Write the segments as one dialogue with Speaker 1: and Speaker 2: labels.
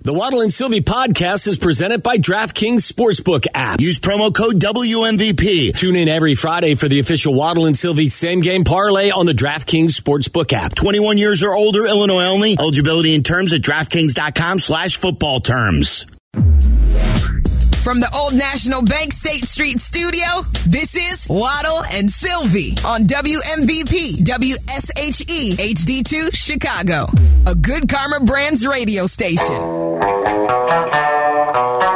Speaker 1: The Waddle and Sylvie podcast is presented by DraftKings Sportsbook app.
Speaker 2: Use promo code WMVP.
Speaker 1: Tune in every Friday for the official Waddle and Sylvie same game parlay on the DraftKings Sportsbook app.
Speaker 2: 21 years or older, Illinois only. Eligibility and terms at DraftKings.com slash football terms.
Speaker 3: From the Old National Bank State Street studio, this is Waddle and Sylvie on WMVP WSHE HD2 Chicago, a Good Karma Brands radio station.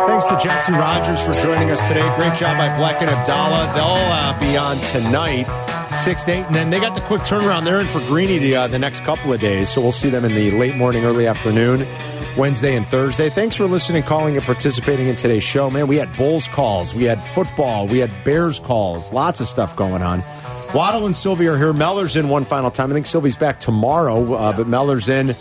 Speaker 4: Thanks to Jesse Rogers for joining us today. Great job by Black and Abdallah. They'll uh, be on tonight, 6 to 8. And then they got the quick turnaround. They're in for Greeny the, uh, the next couple of days. So we'll see them in the late morning, early afternoon, Wednesday and Thursday. Thanks for listening, calling, and participating in today's show. Man, we had Bulls calls, we had football, we had Bears calls, lots of stuff going on. Waddle and Sylvie are here. Meller's in one final time. I think Sylvie's back tomorrow, uh, but Meller's in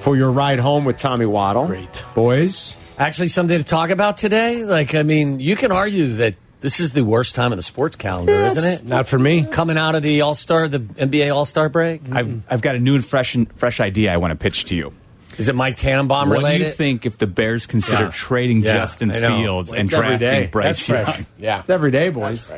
Speaker 4: for your ride home with Tommy Waddle.
Speaker 5: Great.
Speaker 4: Boys.
Speaker 1: Actually, something to talk about today? Like, I mean, you can argue that this is the worst time of the sports calendar, isn't it?
Speaker 5: Not for me.
Speaker 1: Coming out of the All Star, the NBA All Star break?
Speaker 6: I've, I've got a new and fresh and fresh idea I want to pitch to you.
Speaker 1: Is it Mike Tannenbaum
Speaker 6: What do
Speaker 1: related?
Speaker 6: you think if the Bears consider
Speaker 1: Yeah.
Speaker 6: trading
Speaker 1: Yeah,
Speaker 6: Justin
Speaker 1: I know.
Speaker 6: Fields
Speaker 4: Well,
Speaker 6: and
Speaker 4: it's every day.
Speaker 6: drafting
Speaker 5: That's
Speaker 6: Bryce
Speaker 5: fresh.
Speaker 6: Young?
Speaker 5: Yeah.
Speaker 4: It's every day, boys.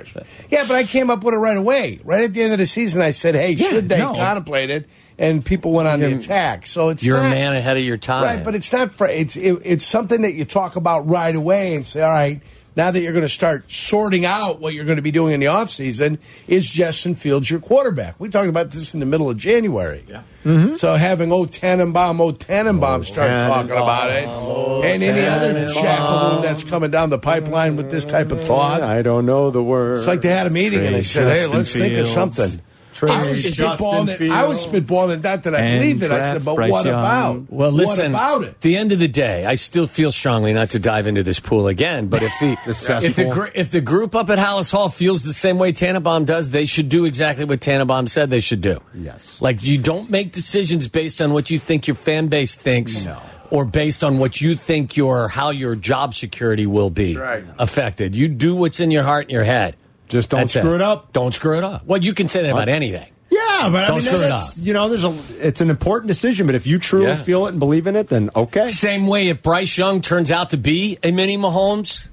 Speaker 5: Yeah, but I came up with it right away. Right at the end of the season, I said, hey, should they
Speaker 6: no.
Speaker 5: contemplate it? And people went on the attack. So it's
Speaker 1: You're a
Speaker 5: not-
Speaker 1: man ahead of your time.
Speaker 5: Right, but it's not. fr it's it, it's something that you talk about right away and say, all right, now that you're going to start sorting out what you're going to be doing in the offseason, is Justin Fields your quarterback? We talked about this in the middle of January. Yeah.
Speaker 1: Mm-hmm.
Speaker 5: So having O Tannenbaum, O Tannenbaum start talking about it, and any other jackaloon that's coming down the pipeline with this type of thought.
Speaker 4: I don't know the word.
Speaker 5: It's like they had a meeting and they said, "Hey,
Speaker 6: Justin
Speaker 5: let's think of
Speaker 6: Fields.
Speaker 5: something." I was
Speaker 4: Justin
Speaker 5: spitballing it. I was
Speaker 4: Fields.
Speaker 5: spitballing it. Not that I
Speaker 6: And
Speaker 5: believed it. I
Speaker 6: draft
Speaker 5: said, "But
Speaker 6: Bryce
Speaker 5: what
Speaker 6: Young.
Speaker 5: about?
Speaker 1: Well, listen.
Speaker 5: what about it?"
Speaker 1: At the end of the day, I still feel strongly not to dive into this pool again. But if the, if the
Speaker 4: cesspool.
Speaker 1: gr- if the group up at Hallis Hall feels the same way Tannenbaum does, they should do exactly what Tannenbaum said they should do. Yes. Like you don't make decisions based on what you think your fan base thinks. Or based on what you think your how your job security will be affected, you do what's in your heart and your head.
Speaker 4: Just don't
Speaker 1: That's
Speaker 4: screw it up.
Speaker 1: Don't screw it up. Well, you can say that about anything.
Speaker 4: Yeah, but
Speaker 1: Don't
Speaker 4: I mean,
Speaker 1: screw it
Speaker 4: that's,
Speaker 1: up.
Speaker 4: you know, there's a. It's an important decision, but if you truly
Speaker 1: Yeah.
Speaker 4: feel it and believe in it, then okay.
Speaker 1: Same way, if Bryce Young turns out to be a mini Mahomes,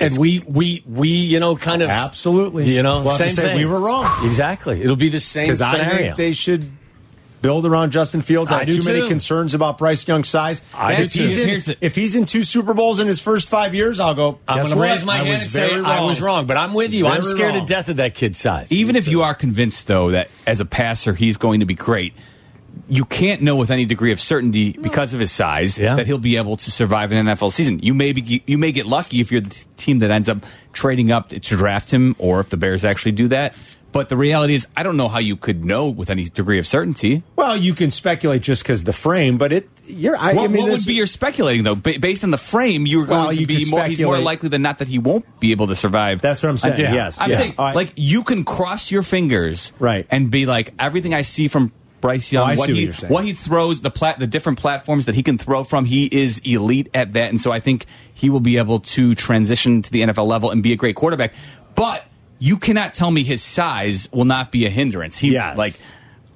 Speaker 1: and we we we you know kind of
Speaker 4: Absolutely.
Speaker 1: you know
Speaker 4: We'll have to
Speaker 1: same
Speaker 4: say
Speaker 1: thing.
Speaker 4: we were wrong.
Speaker 1: exactly. It'll be the same
Speaker 4: Because
Speaker 1: scenario.
Speaker 4: I think they should build around Justin Fields. I,
Speaker 1: I
Speaker 4: have
Speaker 1: do
Speaker 4: too, many
Speaker 1: too.
Speaker 4: concerns about Bryce Young's size.
Speaker 1: I
Speaker 4: And
Speaker 1: do
Speaker 4: if,
Speaker 1: too.
Speaker 4: He's
Speaker 6: Here's
Speaker 4: in,
Speaker 6: the-
Speaker 4: if he's in two Super Bowls in his first five years, I'll go.
Speaker 1: I'm
Speaker 4: going
Speaker 1: going to raise my hand and say I was wrong, but I'm with you. I'm
Speaker 4: Very
Speaker 1: scared
Speaker 4: wrong.
Speaker 1: to death of that kid's size.
Speaker 6: Even if you are convinced though that as a passer he's going to be great, you can't know with any degree of certainty because of his size
Speaker 1: Yeah.
Speaker 6: that he'll be able to survive an NFL season. You may be you may get lucky if you're the team that ends up trading up to draft him or if the Bears actually do that. But the reality is I don't know how you could know with any degree of certainty.
Speaker 4: Well, you can speculate just because the frame, but it. You're. I,
Speaker 6: What,
Speaker 4: I mean,
Speaker 6: what would
Speaker 4: this-
Speaker 6: be your speculating though? Ba based on the frame, you're
Speaker 4: Well,
Speaker 6: going to
Speaker 4: you
Speaker 6: be
Speaker 4: could
Speaker 6: more. He's more
Speaker 4: speculate.
Speaker 6: likely than not that he won't be able to survive.
Speaker 4: That's what I'm saying, yes,
Speaker 6: I'm
Speaker 4: yeah.
Speaker 6: saying
Speaker 4: All right.
Speaker 6: like you can cross your fingers,
Speaker 4: Right.
Speaker 6: and be like everything I see from Bryce Young,
Speaker 4: Oh, I
Speaker 6: what
Speaker 4: see what
Speaker 6: he
Speaker 4: you're saying.
Speaker 6: what he throws, the plat, the different platforms that he can throw from, he is elite at that, and so I think he will be able to transition to the NFL level and be a great quarterback. But you cannot tell me his size will not be a hindrance. He
Speaker 4: Yes.
Speaker 6: like.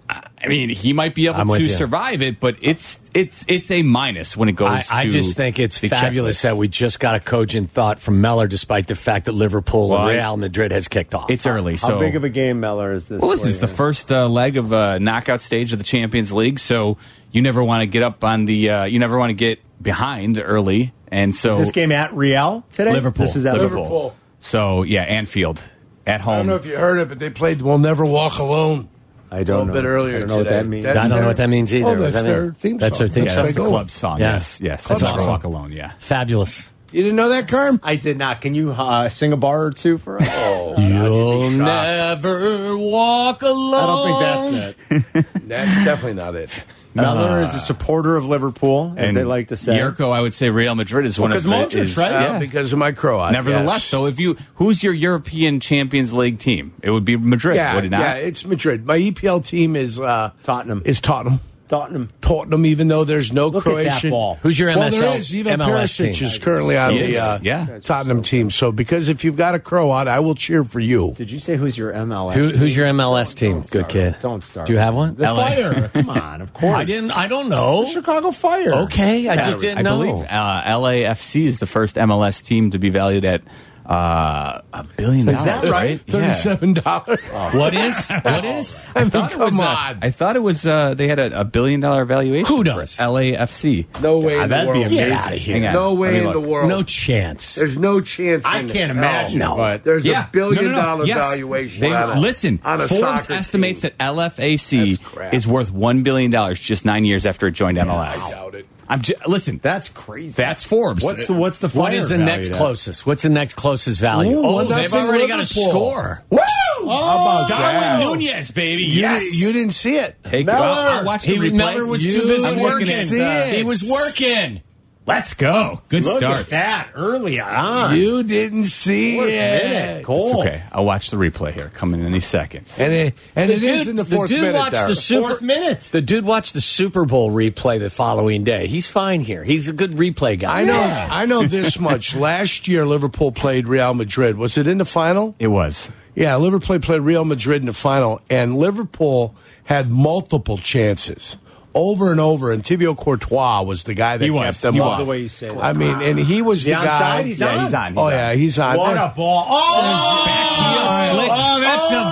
Speaker 6: I mean, he might be able
Speaker 1: I'm with
Speaker 6: to
Speaker 1: you.
Speaker 6: survive it, but it's it's it's a minus when it goes.
Speaker 1: I,
Speaker 6: to
Speaker 1: I just think it's
Speaker 6: the
Speaker 1: fabulous
Speaker 6: checklist.
Speaker 1: that we just got a cogent thought from Meller, despite the fact that Liverpool
Speaker 6: Well,
Speaker 1: and
Speaker 6: I-
Speaker 1: Real Madrid has kicked off.
Speaker 6: it's early.
Speaker 4: How
Speaker 6: so
Speaker 4: big of a game, Meller? Is this?
Speaker 6: well, listen,
Speaker 4: for
Speaker 6: it's the
Speaker 4: you?
Speaker 6: first uh, leg of uh, knockout stage of the Champions League, so you never want to get up on the. Uh, you never want to get behind early, and so
Speaker 4: Is this game at Real today.
Speaker 6: Liverpool.
Speaker 4: This is at
Speaker 6: Liverpool.
Speaker 4: Liverpool.
Speaker 6: So yeah, Anfield at home.
Speaker 5: I don't know if you heard it, but they played "We'll Never Walk Alone."
Speaker 4: I don't
Speaker 5: a little
Speaker 4: know.
Speaker 5: bit earlier
Speaker 4: I don't know what
Speaker 5: today.
Speaker 4: that means.
Speaker 5: That's
Speaker 1: I don't
Speaker 5: their-
Speaker 1: know what that means either.
Speaker 5: Oh,
Speaker 1: What does that
Speaker 5: that's
Speaker 1: mean?
Speaker 5: their theme
Speaker 1: That's their
Speaker 5: song.
Speaker 1: theme
Speaker 6: yeah,
Speaker 5: That's
Speaker 1: song.
Speaker 6: that's
Speaker 5: big
Speaker 6: the
Speaker 5: goal.
Speaker 6: club song.
Speaker 1: Yeah.
Speaker 6: Yes, yes.
Speaker 5: Club
Speaker 6: That's
Speaker 5: song.
Speaker 6: Walk Alone. Yeah.
Speaker 1: fabulous.
Speaker 5: You didn't know that, Carm?
Speaker 4: I did not. Can you uh, sing a bar or two for us?
Speaker 5: Oh,
Speaker 1: You'll never walk alone.
Speaker 4: I don't think that's it.
Speaker 5: That's definitely not it.
Speaker 4: Meller is a supporter of Liverpool, as they like to say.
Speaker 6: Yurko, I would say Real Madrid is one
Speaker 4: Well,
Speaker 6: of the.
Speaker 4: 'cause Modric,
Speaker 6: is-
Speaker 4: right?
Speaker 5: Uh, Because of my Croat.
Speaker 6: Nevertheless,
Speaker 5: yes.
Speaker 6: though, if you who's your European Champions League team, it would be Madrid,
Speaker 5: yeah,
Speaker 6: would it not?
Speaker 5: yeah, it's Madrid. My EPL E team is uh,
Speaker 4: Tottenham.
Speaker 5: Is Tottenham.
Speaker 4: Tottenham.
Speaker 5: Tottenham, even though there's no
Speaker 4: Look at that
Speaker 5: Croatian.
Speaker 4: ball.
Speaker 1: Who's your
Speaker 5: well,
Speaker 1: MSL
Speaker 5: there is. Even
Speaker 1: MLS
Speaker 5: Perisic
Speaker 1: team?
Speaker 5: is currently on
Speaker 6: He
Speaker 5: the
Speaker 6: is,
Speaker 5: uh,
Speaker 6: yeah.
Speaker 5: Tottenham team. So because if you've got a Croat, I will cheer for you.
Speaker 4: Did you say who's your MLS?
Speaker 1: Who, who's your MLS team? Good
Speaker 4: Don't start.
Speaker 1: kid.
Speaker 4: Don't start.
Speaker 1: Do you have one?
Speaker 4: The
Speaker 6: LA.
Speaker 4: Fire. Come on, of course.
Speaker 1: I didn't. I don't know.
Speaker 4: Chicago Fire.
Speaker 1: Okay, I just didn't
Speaker 6: I
Speaker 1: know.
Speaker 6: believe uh, LAFC is the first MLS team to be valued at uh, a billion dollars.
Speaker 5: Is that right?
Speaker 6: Yeah.
Speaker 5: Thirty-seven dollars.
Speaker 1: What is? What is?
Speaker 6: I thought it was.
Speaker 5: come
Speaker 6: uh,
Speaker 5: on.
Speaker 6: I thought it was. Uh, they had a, a billion dollar valuation.
Speaker 1: Who
Speaker 6: for
Speaker 1: does?
Speaker 6: LAFC.
Speaker 5: No way.
Speaker 4: God,
Speaker 5: in the
Speaker 4: that'd be
Speaker 5: world.
Speaker 4: amazing.
Speaker 1: Get outta here.
Speaker 6: Hang on.
Speaker 5: No way
Speaker 6: Let me
Speaker 5: in the
Speaker 6: look.
Speaker 5: world.
Speaker 1: No chance.
Speaker 5: There's no chance.
Speaker 4: I
Speaker 5: in
Speaker 4: can't
Speaker 5: hell.
Speaker 4: imagine,
Speaker 1: No.
Speaker 4: but
Speaker 5: There's
Speaker 6: Yeah.
Speaker 5: a billion
Speaker 6: No, no,
Speaker 5: dollar
Speaker 6: no. Yes.
Speaker 5: valuation.
Speaker 6: They,
Speaker 5: on a-
Speaker 6: listen,
Speaker 5: on a
Speaker 6: Forbes
Speaker 5: soccer
Speaker 6: estimates
Speaker 5: team.
Speaker 6: that LFAC
Speaker 5: That's crap.
Speaker 6: is worth one billion dollars just nine years after it joined MLS.
Speaker 5: I doubt it.
Speaker 6: am ju- listen.
Speaker 4: That's crazy.
Speaker 6: That's Forbes.
Speaker 4: what's the what's the fire
Speaker 1: What is the
Speaker 4: value
Speaker 1: next
Speaker 4: at?
Speaker 1: closest? What's the next closest value?
Speaker 5: Ooh,
Speaker 1: oh,
Speaker 5: one
Speaker 1: they've
Speaker 5: nothing
Speaker 1: already got a
Speaker 5: Liverpool.
Speaker 1: score.
Speaker 5: Woo!
Speaker 4: about
Speaker 5: that?
Speaker 6: Darwin Nunez, baby.
Speaker 5: You
Speaker 6: Yes,
Speaker 5: didn't- you didn't see it.
Speaker 6: Take
Speaker 4: Miller.
Speaker 6: it. Well, I watched
Speaker 1: He
Speaker 6: the replay.
Speaker 1: Miller was
Speaker 6: You
Speaker 1: too busy
Speaker 6: didn't
Speaker 1: working.
Speaker 6: see
Speaker 5: it.
Speaker 1: He was working.
Speaker 6: Let's go. Good
Speaker 4: Look
Speaker 6: starts.
Speaker 4: at that early on.
Speaker 5: You didn't see
Speaker 4: First
Speaker 5: it.
Speaker 4: minute goal.
Speaker 6: Okay, I'll watch the replay here. Coming any seconds.
Speaker 5: And it, and it is in the fourth
Speaker 1: dude
Speaker 5: minute
Speaker 1: watched
Speaker 5: there.
Speaker 1: the Super,
Speaker 4: Fourth minute.
Speaker 1: The dude watched the Super Bowl replay the following day. He's fine here. He's a good replay guy.
Speaker 5: I know. I know this much. Last year, Liverpool played Real Madrid. Was it in the final?
Speaker 6: It was.
Speaker 5: Yeah, Liverpool played Real Madrid in the final, and Liverpool had multiple chances over and over. And Thibaut Courtois was the guy that
Speaker 6: He was.
Speaker 5: kept them
Speaker 6: He
Speaker 5: up.
Speaker 6: was. The
Speaker 4: way you say that.
Speaker 5: I mean, and he was the,
Speaker 4: The onside?
Speaker 5: guy.
Speaker 4: He's Yeah, on. he's on, he's
Speaker 5: oh
Speaker 6: on.
Speaker 5: yeah, he's on.
Speaker 4: What a ball! Oh,
Speaker 6: Flick.
Speaker 1: Oh, that's
Speaker 4: Oh!
Speaker 1: a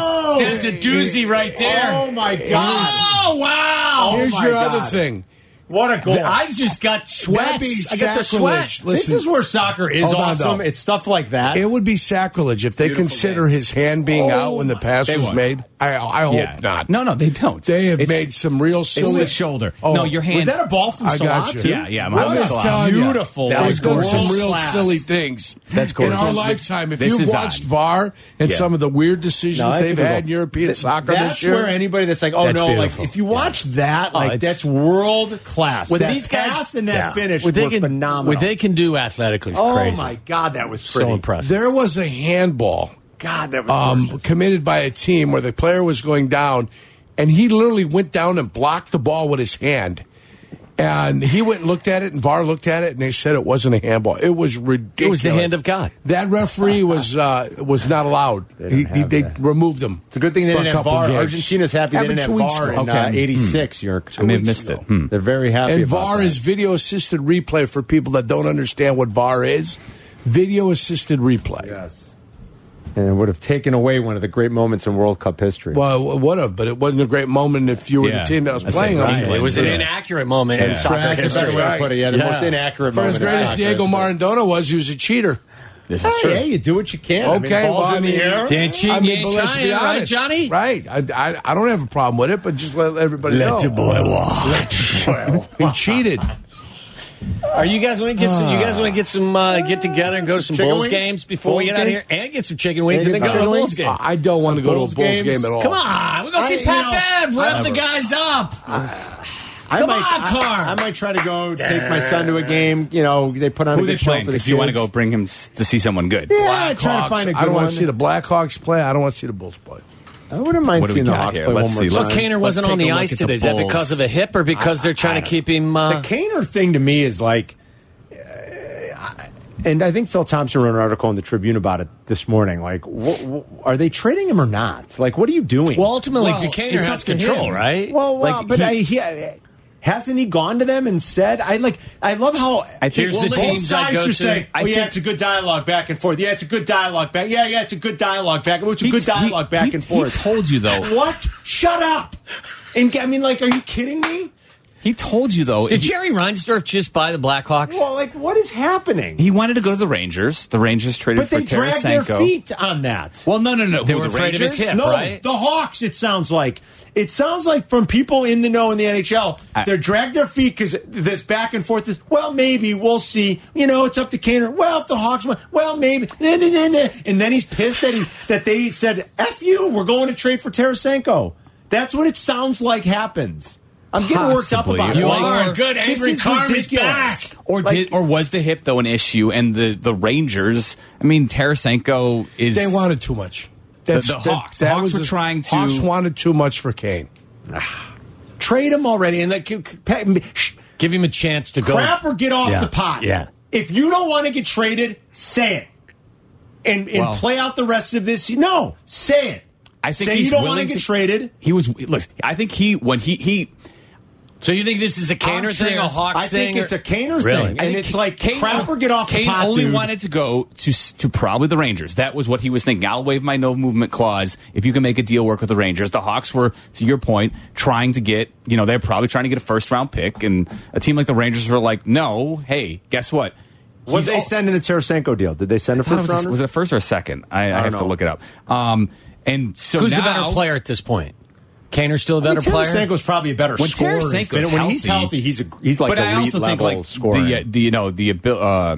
Speaker 1: that's a doozy right there.
Speaker 4: Oh, my God.
Speaker 1: Oh wow!
Speaker 5: Here's
Speaker 4: my
Speaker 5: your
Speaker 4: God.
Speaker 5: other thing.
Speaker 4: what a goal!
Speaker 1: I just got
Speaker 5: That'd be
Speaker 1: sweats. I got the
Speaker 5: sacrilege.
Speaker 1: sweat.
Speaker 5: Listen,
Speaker 4: this is where soccer is
Speaker 5: Hold on,
Speaker 4: awesome.
Speaker 5: though.
Speaker 4: it's stuff like that.
Speaker 5: It would be sacrilege if they consider his hand being out when the pass
Speaker 6: They
Speaker 5: was
Speaker 6: won't.
Speaker 5: made. I, I hope
Speaker 6: Yeah.
Speaker 5: not.
Speaker 6: No, no, they don't.
Speaker 5: They have
Speaker 6: It's-
Speaker 5: made some real
Speaker 6: It's
Speaker 5: silly Oh.
Speaker 6: the shoulder. no, your hand.
Speaker 4: was that a ball from
Speaker 5: I
Speaker 4: Salah?
Speaker 5: got you.
Speaker 4: too?
Speaker 6: Yeah, yeah,
Speaker 4: What
Speaker 6: Mohamed
Speaker 4: a
Speaker 6: Salah.
Speaker 4: Beautiful.
Speaker 1: That
Speaker 5: That
Speaker 1: was
Speaker 5: was done some
Speaker 1: gorgeous.
Speaker 5: real
Speaker 4: Class.
Speaker 5: silly things.
Speaker 1: That's gorgeous.
Speaker 5: In our lifetime, if
Speaker 6: This
Speaker 5: you've
Speaker 6: is
Speaker 5: watched
Speaker 6: odd.
Speaker 5: VAR and
Speaker 6: Yeah.
Speaker 5: some of the weird decisions
Speaker 4: No, that's
Speaker 5: they've
Speaker 4: a good
Speaker 5: had in
Speaker 4: one.
Speaker 5: European
Speaker 4: Th-
Speaker 5: soccer
Speaker 4: That's
Speaker 5: this year,
Speaker 4: where anybody that's like, oh
Speaker 1: That's
Speaker 4: no,
Speaker 1: beautiful.
Speaker 4: like if you watch that, like
Speaker 1: it's-
Speaker 4: that's world class.
Speaker 1: What
Speaker 4: that
Speaker 1: these guys
Speaker 4: pass and that
Speaker 1: yeah.
Speaker 4: finish
Speaker 1: What they
Speaker 4: were
Speaker 1: can-
Speaker 4: phenomenal.
Speaker 1: What they can do athletically is
Speaker 4: oh
Speaker 1: crazy.
Speaker 4: my god, that was pretty.
Speaker 1: so impressive.
Speaker 5: there was a handball
Speaker 4: God, that was
Speaker 5: um, committed by a team where the player was going down, and he literally went down and blocked the ball with his hand. And he went and looked at it, and VAR looked at it, and they said it wasn't a handball. It was ridiculous.
Speaker 1: It was the hand of God.
Speaker 5: That referee was uh, was not allowed. He, he, they removed him.
Speaker 4: It's a good thing they
Speaker 5: for
Speaker 4: didn't have
Speaker 5: couple Hmm.
Speaker 4: VAR.
Speaker 5: games.
Speaker 4: Argentina's happy they
Speaker 5: Happened
Speaker 4: didn't have
Speaker 5: two weeks
Speaker 4: VAR
Speaker 5: ago.
Speaker 4: in uh,
Speaker 6: Okay.
Speaker 4: '86. You're,
Speaker 6: I may have missed it. Hmm.
Speaker 4: They're very happy.
Speaker 5: And
Speaker 4: about
Speaker 5: VAR
Speaker 4: that.
Speaker 5: is video assisted replay for people that don't understand what VAR is. Video assisted replay.
Speaker 4: yes, and it would have taken away one of the great moments in World Cup history.
Speaker 5: Well, it would have, but it wasn't a great moment if you were
Speaker 6: Yeah.
Speaker 5: the team that was
Speaker 6: That's
Speaker 5: playing
Speaker 6: like
Speaker 5: on
Speaker 6: England.
Speaker 1: It was an inaccurate moment in
Speaker 6: Yeah.
Speaker 1: soccer
Speaker 4: That's a
Speaker 1: history.
Speaker 4: better way to put it. Yeah, the
Speaker 1: Yeah.
Speaker 4: most inaccurate
Speaker 5: For as
Speaker 4: moment. in
Speaker 5: great as
Speaker 4: soccer.
Speaker 5: Diego Maradona was, he was a cheater.
Speaker 6: This is
Speaker 4: Hey,
Speaker 6: true.
Speaker 4: hey, you do what you can. I mean,
Speaker 5: Okay,
Speaker 4: balls
Speaker 5: well,
Speaker 4: in
Speaker 5: I mean-
Speaker 4: the air.
Speaker 1: Didn't cheat,
Speaker 5: I
Speaker 1: you
Speaker 5: mean,
Speaker 1: ain't
Speaker 5: but let's
Speaker 1: trying,
Speaker 5: be honest,
Speaker 1: right, Johnny?
Speaker 5: Right. I, I, I don't have a problem with it, but just let everybody know.
Speaker 1: walk.
Speaker 5: He cheated.
Speaker 1: Are you guys want to get some? You guys want to get some uh, get together and go to some
Speaker 4: Chicken
Speaker 1: Bulls
Speaker 4: wings?
Speaker 1: games before we
Speaker 4: Bulls
Speaker 1: get out of here,
Speaker 4: games?
Speaker 1: and get some chicken wings, and
Speaker 4: And
Speaker 1: then
Speaker 4: get
Speaker 1: go to the
Speaker 4: chicken
Speaker 1: Bulls game.
Speaker 4: wings?
Speaker 5: I don't want to go to a
Speaker 4: Bulls
Speaker 5: Bulls
Speaker 4: games?
Speaker 5: game at all.
Speaker 1: Come on, we're gonna see
Speaker 4: I- you
Speaker 1: Pat Bev
Speaker 4: know,
Speaker 1: rev
Speaker 4: I-
Speaker 1: the guys up.
Speaker 4: I
Speaker 1: Come
Speaker 4: might,
Speaker 1: on,
Speaker 4: I-
Speaker 1: Carr.
Speaker 4: I, might try to go take my son to a game. You know, they put on
Speaker 6: Who
Speaker 4: a
Speaker 6: they
Speaker 4: good show
Speaker 6: playing?
Speaker 4: for the
Speaker 6: Because you want to
Speaker 4: kids.
Speaker 6: go bring him s- to see someone good.
Speaker 4: Yeah, try to find a good
Speaker 5: I don't
Speaker 4: one.
Speaker 5: want to see the Blackhawks play. I don't want to see the Bulls play.
Speaker 4: I wouldn't mind
Speaker 6: What do we
Speaker 4: seeing the
Speaker 6: got
Speaker 4: Hawks
Speaker 6: here?
Speaker 4: play
Speaker 6: Let's
Speaker 4: one more
Speaker 6: see,
Speaker 4: time.
Speaker 6: let's-
Speaker 1: Well, Kaner wasn't
Speaker 6: take
Speaker 1: on
Speaker 6: a
Speaker 1: the
Speaker 6: look
Speaker 1: ice
Speaker 6: at the
Speaker 1: today. Is that
Speaker 6: Bulls.
Speaker 1: because of a hip or because they're trying to keep him? Uh,
Speaker 4: the Kaner thing to me is like, uh, and I think Phil Thompson wrote an article in the Tribune about it this morning. Like, wh- wh- are they trading him or not? Like, what are you doing?
Speaker 1: well, ultimately,
Speaker 6: Well,
Speaker 1: the Kaner
Speaker 6: it's
Speaker 1: has
Speaker 6: up to
Speaker 1: control,
Speaker 6: him.
Speaker 1: right?
Speaker 4: well, well,
Speaker 1: Like,
Speaker 4: but
Speaker 1: he-
Speaker 4: I, he, I- hasn't he gone to them and said, "I like, I love how."
Speaker 6: I think- Here's
Speaker 4: well,
Speaker 6: the
Speaker 4: both
Speaker 1: teams I'd
Speaker 4: sides
Speaker 1: go
Speaker 4: are
Speaker 1: to.
Speaker 4: saying,
Speaker 6: I
Speaker 4: "Oh yeah,
Speaker 6: think-
Speaker 4: it's a good dialogue back and forth. Yeah, it's a good dialogue back. Yeah, yeah, it's a good dialogue back. oh, It's a
Speaker 6: He-
Speaker 4: good dialogue
Speaker 6: he-
Speaker 4: back
Speaker 6: he-
Speaker 4: and forth."
Speaker 6: He told you though.
Speaker 4: What? Shut up! And I mean, like, are you kidding me?
Speaker 6: He told you though.
Speaker 1: did
Speaker 6: he-
Speaker 1: Jerry Reinsdorf just buy the Blackhawks?
Speaker 4: Well, like, what is happening?
Speaker 6: He wanted to go to the Rangers. The Rangers traded
Speaker 4: but
Speaker 6: for
Speaker 4: they dragged their
Speaker 6: Tarasenko.
Speaker 4: feet on that.
Speaker 6: Well, no, no, no.
Speaker 1: They
Speaker 6: Who,
Speaker 1: were
Speaker 6: the
Speaker 1: afraid of his
Speaker 6: Rangers?
Speaker 1: hip,
Speaker 4: no,
Speaker 1: right?
Speaker 4: the Hawks. It sounds like it sounds like from people in the know in the NHL,
Speaker 6: I-
Speaker 4: they're dragged their feet because this back and forth is well, maybe we'll see. You know, it's up to Kaner. Well, if the Hawks, win, well, maybe. Nah, nah, nah, nah. And then he's pissed that he that they said, "F you, we're going to trade for Tarasenko." That's what it sounds like happens. I'm getting worked up
Speaker 6: Possibly.
Speaker 4: about
Speaker 1: You
Speaker 4: it. Like,
Speaker 1: are.
Speaker 4: or-
Speaker 1: Good
Speaker 4: this
Speaker 1: angry
Speaker 4: is
Speaker 1: Carm is
Speaker 4: ridiculous.
Speaker 1: back.
Speaker 6: Or
Speaker 4: Like-
Speaker 6: did or was the hip though an issue? And the the Rangers. I mean, Tarasenko is.
Speaker 5: They wanted too much.
Speaker 6: the Hawks. The Hawks
Speaker 5: was
Speaker 6: were
Speaker 5: the-
Speaker 6: trying to-
Speaker 5: Hawks wanted too much for Kane.
Speaker 4: Trade him already. And like, c- c- pa- sh-
Speaker 1: Give him a chance to go.
Speaker 4: crap or get off
Speaker 1: Yeah,
Speaker 4: the pot.
Speaker 1: yeah.
Speaker 4: If you don't want to get traded, say it. And and
Speaker 6: Well-
Speaker 4: play out the rest of this. No, say it.
Speaker 6: I think
Speaker 4: say
Speaker 6: he's
Speaker 4: you don't want
Speaker 6: willing
Speaker 4: to get
Speaker 6: to-
Speaker 4: traded.
Speaker 6: He was look. I think he when he he
Speaker 1: So you think this is a Caner
Speaker 6: I'm
Speaker 1: thing,
Speaker 6: sure-
Speaker 1: a Hawks
Speaker 4: I
Speaker 1: thing?
Speaker 4: think it's
Speaker 1: or-
Speaker 4: a Caner
Speaker 1: Really?
Speaker 4: thing,
Speaker 1: I
Speaker 4: and
Speaker 1: think
Speaker 4: it's like
Speaker 6: Kane-
Speaker 4: crap or get off
Speaker 6: Kane
Speaker 4: the pot,
Speaker 6: only
Speaker 4: dude.
Speaker 6: wanted to go to s- to probably the Rangers. That was what he was thinking. I'll waive my no movement clause if you can make a deal work with the Rangers. The Hawks were, to your point, trying to get you know they're probably trying to get a first round pick, and a team like the Rangers were like, no, hey, guess what?
Speaker 7: What
Speaker 6: He's
Speaker 7: they
Speaker 6: al-
Speaker 7: send in the Tarasenko deal? Did they send a
Speaker 6: I thought it
Speaker 7: first
Speaker 6: was, a,
Speaker 7: rounder?
Speaker 6: was it a first or a second? I, I,
Speaker 7: don't
Speaker 6: have to
Speaker 7: know.
Speaker 6: look it up. Um, and so
Speaker 1: Who's
Speaker 6: now,
Speaker 1: a better player at this point? Kaner's still a
Speaker 4: I mean,
Speaker 1: better player.
Speaker 4: Tarasenko's probably a better
Speaker 6: When
Speaker 4: scorer. in
Speaker 6: Tarasenko's
Speaker 4: fit- when he's
Speaker 6: healthy-
Speaker 4: healthy, he's a, he's like
Speaker 6: but
Speaker 4: elite
Speaker 6: I also think
Speaker 4: level
Speaker 6: like
Speaker 7: scoring.
Speaker 6: the uh, the you know the abil- uh,